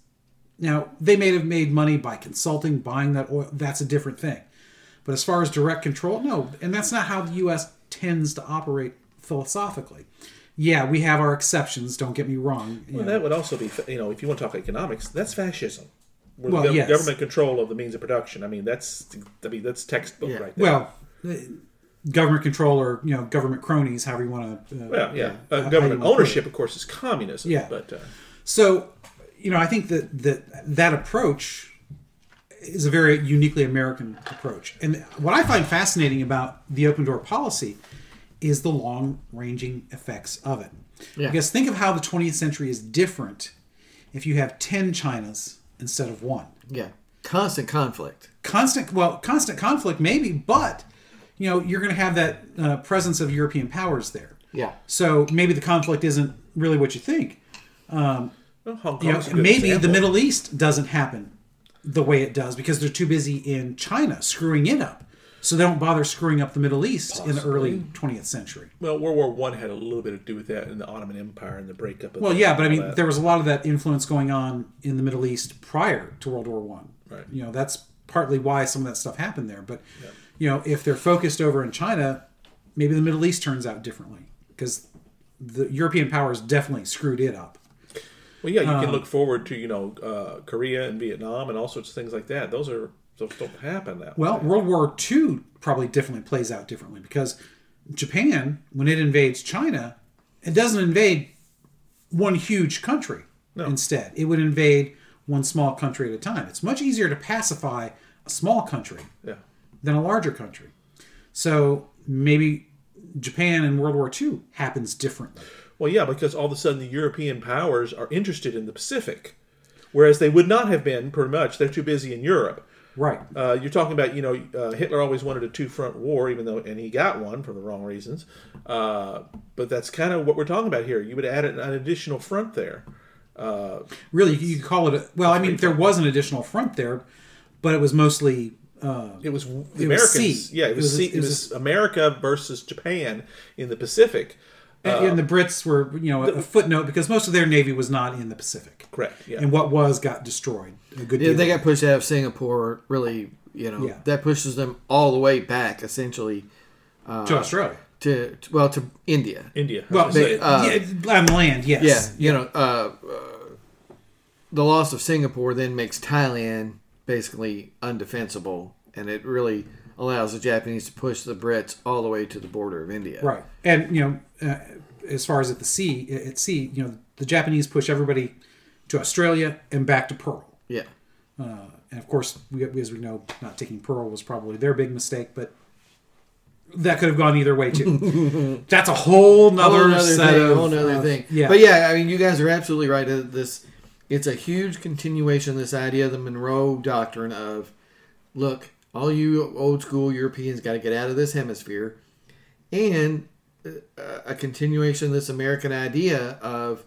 Now they may have made money by consulting, buying that oil. That's a different thing. But as far as direct control, no, and that's not how the U.S. tends to operate philosophically. Yeah, we have our exceptions. Don't get me wrong. you
Well,
know.
that would also be, fa- you know, if you want to talk economics, that's fascism. Where
Well,
the gov-
yes.
government control of the means of production. I mean, that's, I mean, that's textbook
Yeah.
right there.
Well, uh, government control or you know government cronies, however you want to. Uh,
Well, yeah.
how
Uh,
you
government
wanna put it.
ownership, of course, is communism.
Yeah.
But uh,
So, you know, I think that that that approach is a very uniquely American approach. And what I find fascinating about the open door policy is the long-ranging effects of it.
Yeah.
Because think of how the 20th century is different if you have 10 Chinas instead of one
yeah, constant conflict.
constant well constant conflict maybe but you know, you're going to have that uh, presence of European powers there.
Yeah.
So maybe the conflict isn't really what you think.
Well, Hong
You know,
Kong's a good
maybe the
example.
Middle East doesn't happen the way it does because they're too busy in China screwing it up. So they don't bother screwing up the Middle East in the early 20th century.
Well, World War One had a little bit to do with that in the Ottoman Empire and the breakup. of
Well, yeah, but I
all
mean,
that.
there was a lot of that influence going on in the Middle East prior to World War One.
Right.
You know, that's partly why some of that stuff happened there. But you know, if they're focused over in China, maybe the Middle East turns out differently because the European powers definitely screwed it up.
well, yeah, you
uh-huh.
can look forward to you know uh, Korea and Vietnam and all sorts of things like that. Those are those don't happen that
Well,
way.
World War II probably definitely plays out differently because Japan, when it invades China, it doesn't invade one huge country. Instead, it would invade one small country at a time. It's much easier to pacify a small country
yeah,
than a larger country. So maybe Japan in World War II happens differently.
well, yeah, because all of a sudden the European powers are interested in the Pacific, whereas they would not have been. Pretty much, they're too busy in Europe.
Right.
Uh, you're talking about, you know, uh, Hitler always wanted a two-front war, even though, and he got one for the wrong reasons. Uh, but that's kind of what we're talking about here. You would add an, an additional front there.
Really, you could call it a, well, I mean, there was an additional front there, but it was mostly
It was the
It was
Americans.
sea.
Yeah, it was, sea- it was, America versus Japan in the Pacific.
and, and the Brits were, you know, a, a footnote because most of their navy was not in the Pacific.
Correct. Yeah.
And what was got destroyed. A good
Yeah,
deal.
they got pushed out of Singapore. Really, you know,
Yeah.
that pushes them all the way back, essentially,
to Australia.
to to- well to India.
India. I
Well,
was gonna
they-
say.
yeah, on land, yes.
uh, Yeah, you know, uh, uh, the loss of Singapore then makes Thailand basically undefensible, and it really allows the Japanese to push the Brits all the way to the border of India.
Right. And you know, uh, as far as at the sea, at sea, you know, the Japanese push everybody to Australia and back to Pearl.
Yeah.
And of course, we, as we know, not taking Pearl was probably their big mistake, but that could have gone either way too. That's a whole nother,
Whole nother
set
thing.
of
whole nother
of-
thing.
Yeah.
But yeah, I mean, you guys are absolutely right. Uh, This, it's a huge continuation. of This idea, of the Monroe Doctrine of, look, all you old school Europeans got to get out of this hemisphere, and uh, a continuation of this American idea of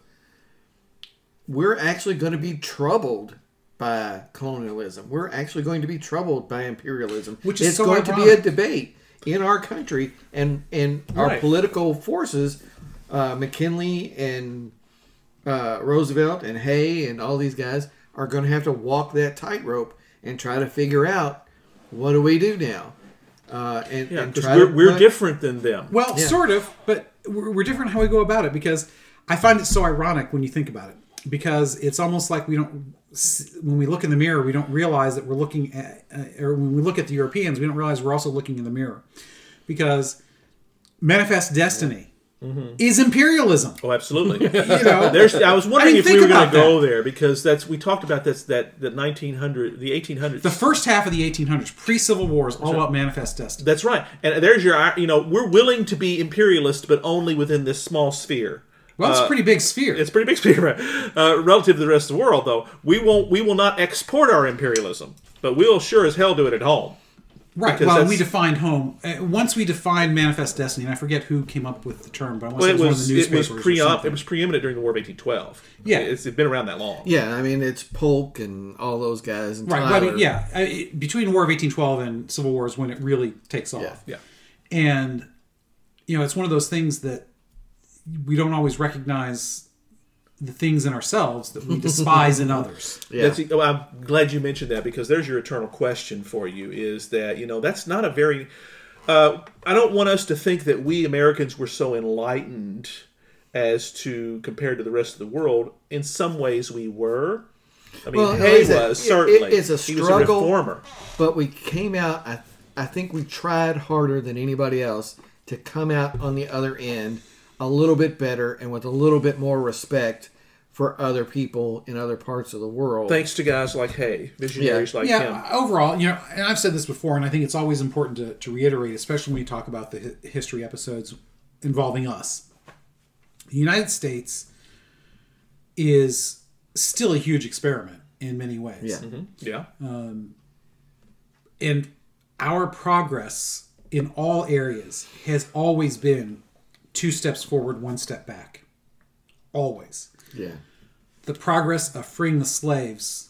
we're actually going to be troubled by colonialism. We're actually going to be troubled by imperialism.
Which is
it's
so
going to be a
ironic.
debate in our country and and our
Right.
political forces, uh, McKinley and uh, Roosevelt and Hay and all these guys are going to have to walk that tightrope and try to figure out what do we do now. Uh, and,
Yeah,
and
'cause
try
we're,
to
we're
put-
different than them.
Well, sort of, but we're, we're different how we go about it because I find it so ironic when you think about it because it's almost like we don't s- when we look in the mirror we don't realize that we're looking at uh, or when we look at the Europeans we don't realize we're also looking in the mirror because manifest destiny
Mm-hmm.
is imperialism.
oh, absolutely.
You know,
There's, I was wondering
I mean,
if we
think
were going
about
to go there because that's we talked about this that that 1900 the 1800s.
the first half of the 1800s pre-civil war is all about manifest destiny.
that's right. And there's your you know we're willing to be imperialist, but only within this small sphere.
Well, it's a pretty big sphere.
Uh, It's a pretty big sphere right? uh, relative to the rest of the world, though. We won't we will not export our imperialism, but we'll sure as hell do it at home.
Right.
because
Well,
that's-
we defined home. Uh, once we defined manifest destiny, and I forget who came up with the term, but I want
But
to say
it was
it was, one of
it
the
was
newspapers.
pre
or something.
it was preeminent during the War of 1812.
Yeah.
it's been around that long.
Yeah, I mean it's Polk and all those guys and
right.
Tyler.
Well, I mean, yeah. I, it- between War of eighteen twelve and Civil War is when it really takes off.
yeah.
And you know, it's one of those things that we don't always recognize the things in ourselves that we despise in others.
Yeah.
That's, oh, I'm glad you mentioned that because there's your eternal question for you is that, you know, that's not a very. Uh, I don't want us to think that we Americans were so enlightened as to compared to the rest of the world. In some ways, we were. I mean,
Well,
Hay
it's a-
was
it-
certainly.
it is a
He was a
struggle.
reformer.
but we came out I, I think we tried harder than anybody else to come out on the other end a little bit better and with a little bit more respect for other people in other parts of the world
Thanks to guys like Hay, visionaries like him.
yeah, overall, you know, and I've said this before, and I think it's always important to, to reiterate, especially when you talk about the hi- history episodes involving us. The United States is still a huge experiment in many ways.
Mm-hmm.
Yeah.
Yeah.
And our progress in all areas has always been two steps forward, one step back. Always.
Yeah.
The progress of freeing the slaves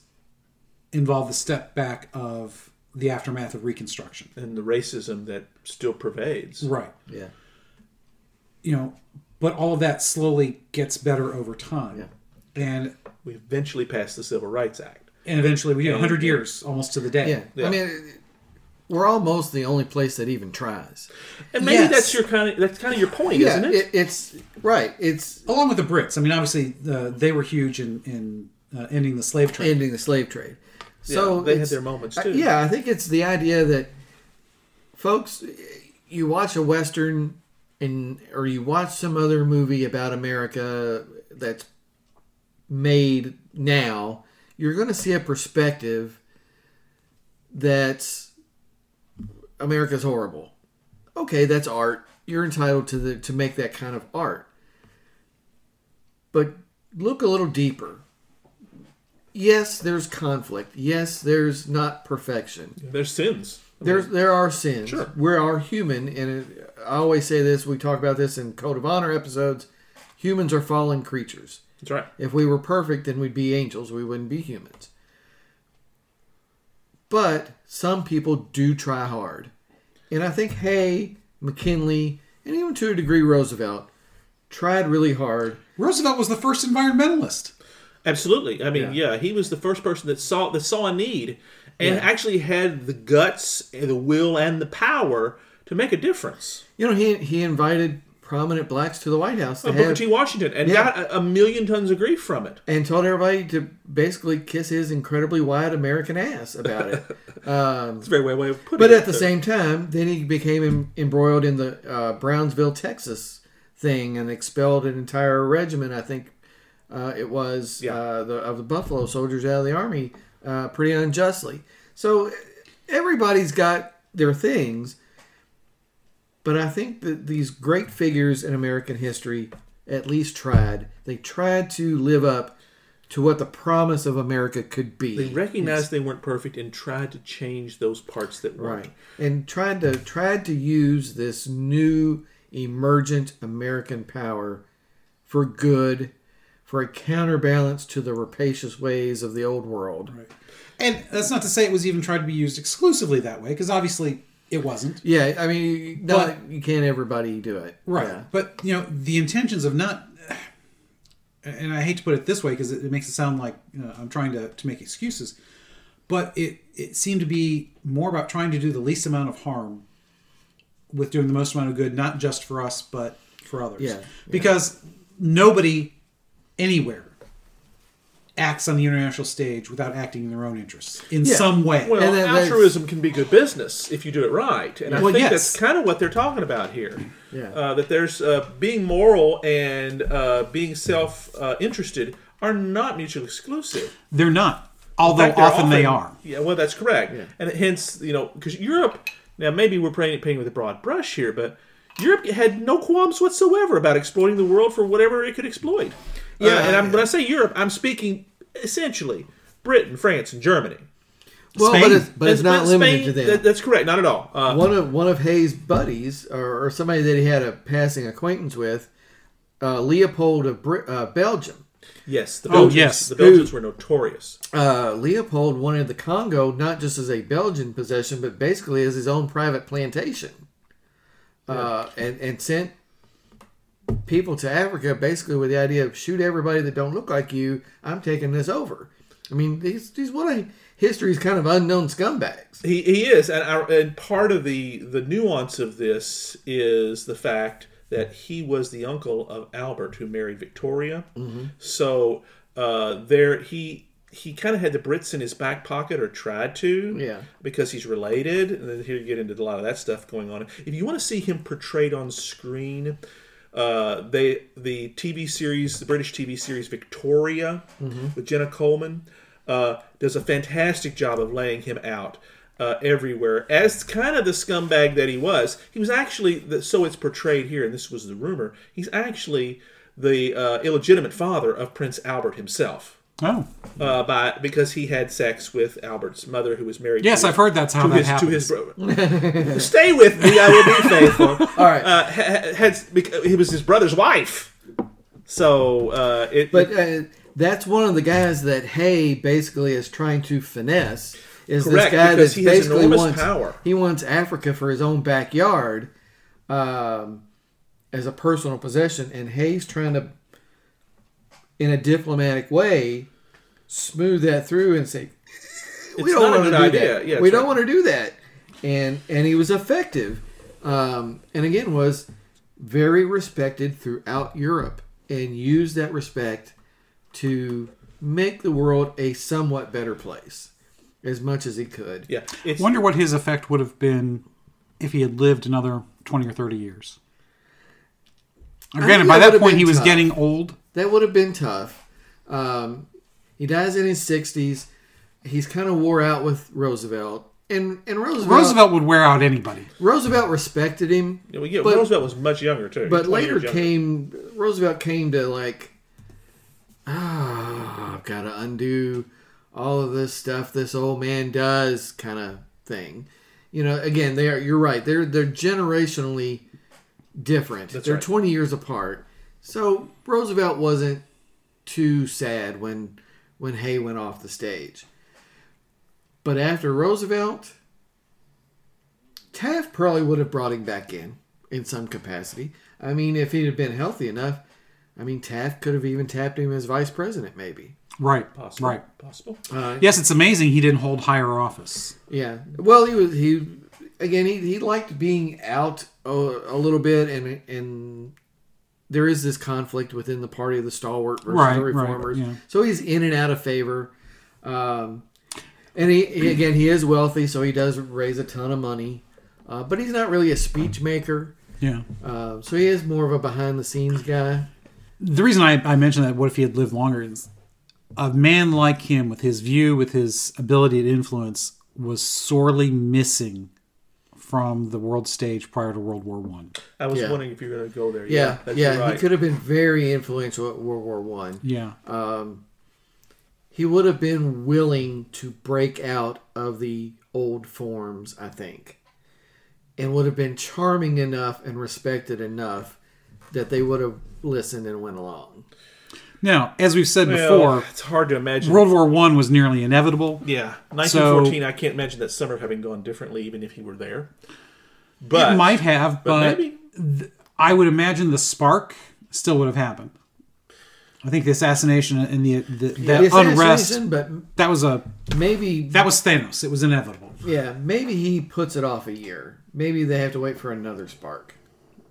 involved the step back of the aftermath of Reconstruction.
and the racism that still pervades.
Right.
Yeah.
You know, but all of that slowly gets better over time. And
We eventually passed the Civil Rights Act.
and eventually we get 100 years almost to the day.
Yeah. I
Yeah.
mean, we're almost the only place that even tries.
And maybe
Yes.
that's your kind of that's kind of your point, isn't it?
it's right. It's
Along with the Brits. I mean, obviously uh, they were huge in in uh, ending the slave trade.
ending the slave trade. So
they had
it's-
their moments
I-
too.
yeah, I think it's the idea that folks, you watch a western, and or you watch some other movie about America that's made now, you're going to see a perspective that's America's horrible. Okay, that's art. You're entitled to the to make that kind of art. But look a little deeper. Yes, there's conflict. Yes, there's not perfection.
There's sins.
There's there are sins.
Sure.
We are human, and it, I always say this. We talk about this in Code of Honor episodes. Humans are fallen creatures.
That's right.
If we were perfect, then we'd be angels. We wouldn't be humans. But some people do try hard. And I think Hay, McKinley, and even to a degree Roosevelt tried really hard.
Roosevelt was the first environmentalist.
Absolutely. I mean, yeah. he was the first person that saw that saw a need and actually had the guts, and the will, and the power to make a difference.
You know, he he invited prominent blacks to the White House to
Uh, Booker
have-
T. Washington and
Yeah.
got a, a million tons of grief from it.
and told everybody to basically kiss his incredibly wide American ass about it.
That's a very way way of putting
But
it.
at the same time, then he became em- embroiled in the uh, Brownsville, Texas thing and expelled an entire regiment, I think uh, it was,
Yeah.
uh, the, of the Buffalo soldiers out of the Army uh, pretty unjustly. So everybody's got their things. But I think that these great figures in American history at least tried. They tried to live up to what the promise of America could be.
they recognized they weren't perfect and tried to change those parts that weren't.
Right. And tried to tried to use this new emergent American power for good, for a counterbalance to the rapacious ways of the old world.
And that's not to say it was even tried to be used exclusively that way, because obviously it wasn't.
Yeah, I mean, no, you can't everybody do it.
Right.
Yeah.
But, you know, the intentions of not. And I hate to put it this way because it, it makes it sound like you know, I'm trying to, to make excuses. But it, it seemed to be more about trying to do the least amount of harm with doing the most amount of good, not just for us, but for others.
Yeah, yeah.
Because nobody anywhere acts on the international stage without acting in their own interests in
Yeah.
some way.
Well,
And then there's-
altruism can be good business if you do it right, and I
Well,
think
yes.
that's kind of what they're talking about here.
Yeah.
Uh, that there's uh, being moral and uh, being self-interested are not mutually exclusive.
They're not, although
fact, they're
often they are.
Yeah, well, that's correct. And hence, you know, because Europe, now maybe we're painting, painting with a broad brush here, but Europe had no qualms whatsoever about exploiting the world for whatever it could exploit. Yeah.
Yeah.
and I'm, when I say Europe, I'm speaking essentially Britain, France, and Germany.
Well, but
Spain.
it's, but it's not
Spain-
limited to them.
that- that's correct, not at all. Uh,
one of one of Hay's buddies, or, or somebody that he had a passing acquaintance with, uh, Leopold of Br- uh, Belgium.
yes, the
Oh,
Belgians,
yes.
the Belgians were notorious.
uh, Leopold wanted the Congo not just as a Belgian possession, but basically as his own private plantation, uh, and and sent people to Africa basically with the idea of shoot everybody that don't look like you. I'm taking this over. I mean, these these what a history's kind of unknown scumbags.
He, he is, and, I, and part of the the nuance of this is the fact that he was the uncle of Albert, who married Victoria.
Mm-hmm.
So uh, there, he he kind of had the Brits in his back pocket, or tried to,
Yeah.
because he's related. And then here you get into a lot of that stuff going on. If you want to see him portrayed on screen. Uh, they the TV series, the British TV series Victoria
Mm-hmm.
with Jenna Coleman, uh, does a fantastic job of laying him out uh, everywhere as kind of the scumbag that he was. He was actually the, so it's portrayed here, and this was the rumor. He's actually the uh, illegitimate father of Prince Albert himself.
Oh,
uh, by because he had sex with Albert's mother, who was married.
yes,
to
I've heard that's how
to
that
his,
happens.
to his brother. Stay with me, I will be faithful.
All right.
Uh, ha- had bec- it was his brother's wife, so uh, it.
But uh, that's one of the guys that Hay basically is trying to finesse. Is
Correct,
this guy
because
that's
he has
basically
enormous
wants
power.
he wants Africa for his own backyard, um, as a personal possession, and Hay's trying to, in a diplomatic way, smooth that through and say, "We
It's
don't
not a
want to
good
do
idea."
that.
Yeah,
we
that's
don't
right.
want to do that." And and he was effective, um, and again was very respected throughout Europe, and used that respect to make the world a somewhat better place as much as he could.
yeah, it's,
Wonder what his effect would have been if he had lived another twenty or thirty years. Granted,
think
by
that would
that
have
point
been
he was
tough.
getting old.
That would have been tough. Um, he dies in his 60s. He's kind of wore out with Roosevelt. And, and Roosevelt, Roosevelt
Roosevelt would wear out anybody.
respected him,
Yeah, well, yeah,
but-
Roosevelt was much younger too.
but
20
later
years younger.
came Roosevelt came to like, ah, I've got to undo all of this stuff this old man does, kind of thing. You know, again, they are. You're right. They're they're generationally different. they're
right.
20 years apart. So Roosevelt wasn't too sad when when Hay went off the stage. But after Roosevelt, Taft probably would have brought him back in in some capacity. I mean, if he had been healthy enough, I mean, Taft could have even tapped him as vice president, maybe.
Right.
possible,
Right.
possible.
Uh,
Yes, it's amazing he didn't hold higher office.
Yeah. Well, he was he again. He, he liked being out a, a little bit, and and there is this conflict within the party of the stalwart versus
Right,
the
right,
reformers.
yeah.
So he's in and out of favor. Um, and he, he- again he is wealthy, so he does raise a ton of money, uh, but he's not really a speech maker.
Yeah.
Uh, so he is more of a behind the scenes guy.
The reason I, I mentioned that, what if he had lived longer, is a man like him, with his view, with his ability to influence, was sorely missing from the world stage prior to World War One.
I was
Yeah.
wondering if you were going to go there.
Yeah, yeah,
that's right.
he could have been very influential at World War One.
Yeah.
he would have been willing to break out of the old forms, I think, and would have been charming enough and respected enough that they would have listened and went along.
Now, as we've said
Well,
before,
it's hard to imagine.
World War One was nearly inevitable.
yeah, 1914. I can't imagine that summer having gone differently, even if he were there. But
it might have, but,
maybe.
I would imagine the spark still would have happened. I think the assassination and the, the that
The
unrest
assassination, but
that was a
maybe,
that was Thanos. It was inevitable.
yeah, maybe he puts it off a year. Maybe they have to wait for another spark,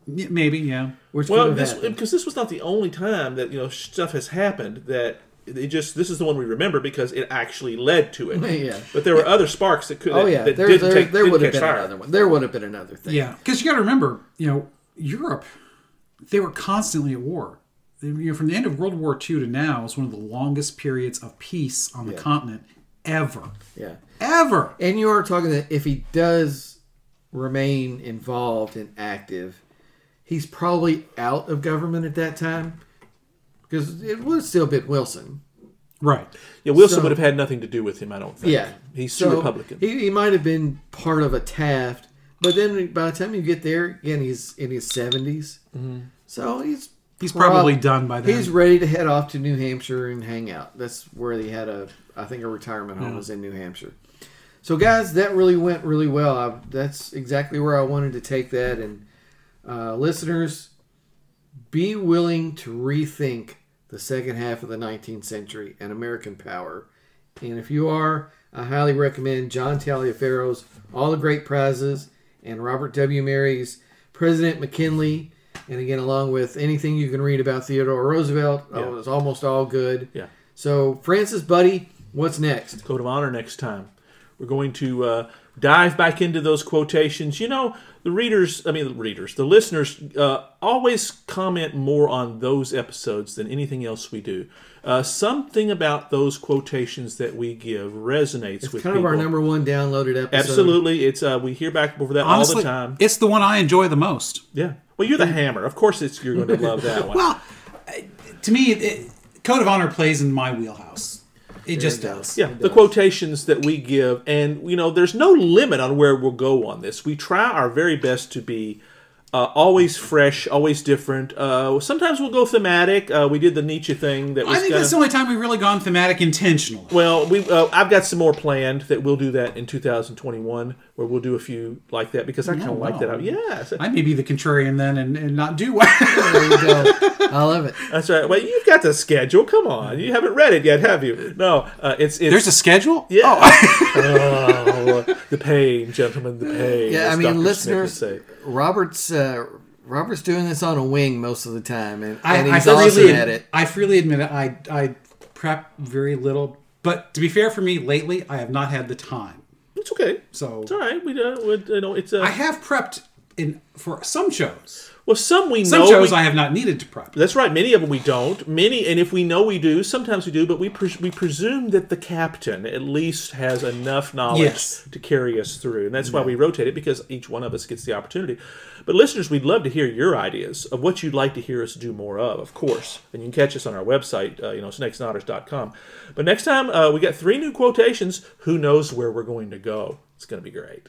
Y- Maybe, yeah.
which
Well,
could have
this
happened.
because this was not the only time that you know stuff has happened that it just this is the one we remember because it actually led to it.
Yeah.
But there were other sparks that could
Oh yeah,
that
there,
didn't
there,
take
there
didn't
would have
catch
been
fire.
another one. There would have been another thing.
Yeah, because you got to remember, you know, Europe, they were constantly at war. They- You know, from the end of World War II to now is one of the longest periods of peace on the continent ever,
yeah.
ever.
And you are talking that if he does remain involved and active, he's probably out of government at that time because it would have still been Wilson.
Right.
Yeah, Wilson
So-
would have had nothing to do with him. I don't think.
Yeah,
he's
so
a Republican.
He, he might have been part of a Taft, but then by the time you get there, again, he's in his 70s so he's
Mm-hmm. He's
prob-
probably done by then.
He's ready to head off to New Hampshire and hang out. That's where they had a, I think, a retirement home was in New Hampshire. So, guys, that really went really well. I, that's exactly where I wanted to take that. And uh, listeners, be willing to rethink the second half of the 19th century and American power. And if you are, I highly recommend John Taliaferro's All the Great Prizes and Robert W. Mary's President McKinley. And again, along with anything you can read about Theodore Roosevelt,
Yeah.
oh, it's almost all good.
yeah,
So, Francis, buddy, what's next?
Code of Honor next time. We're going to uh, dive back into those quotations. You know, the readers, I mean, the readers, the listeners uh, always comment more on those episodes than anything else we do. Uh, something about those quotations that we give resonates with
Kind
people.
of our number one downloaded episode.
Absolutely, it's uh, we hear back over that
Honestly,
all the time.
it's the one I enjoy the most.
Yeah. Well, you're the hammer. Of course, it's you're going to love that one.
Well, I- to me, it, Code of Honor plays in my wheelhouse. It
There
just
you go.
does.
Yeah, the quotations that we give, and you know, there's no limit on where we'll go on this. We try our very best to be uh, always fresh, always different. Uh, sometimes we'll go thematic. Uh, we did the Nietzsche thing that was.
I think
kinda-
that's the only time we've really gone thematic intentionally.
well, we uh, I've got some more planned that we'll do that in 2021, where we'll do a few like that because I kind of like
wow.
that. Yeah, so-
I may be the contrarian then and, and not do well.
There you go. I love it.
that's right. Well, you've got the schedule. Come on, you haven't read it yet, have you? No, uh, it's it's
There's a schedule?
yeah. Oh, the pain, gentlemen, the pain.
Yeah, I
as
mean,
Dr. Smith would
listeners,
say.
Robert's uh, Robert's doing this on a wing most of the time, and,
I,
and
I
he's
freely
awesome
ad-
at it.
I freely admit it. I, I prep very little. But to be fair for me, lately, I have not had the time.
It's okay.
So
It's all right. We don't. We, you know, it's
I
uh,
have prepped in for some shows.
well, some we
Some
know.
shows
we-
I have not needed to prep.
that's right. Many of them we don't. Many, and if we know we do, sometimes we do. But we pres we presume that the captain at least has enough knowledge
Yes.
to carry us through, and that's why we rotate it because each one of us gets the opportunity. But listeners, we'd love to hear your ideas of what you'd like to hear us do more of, of course. And you can catch us on our website, uh, you know, snakesnotters.com. But next time uh, we got three new quotations. Who knows where we're going to go? It's going to be great.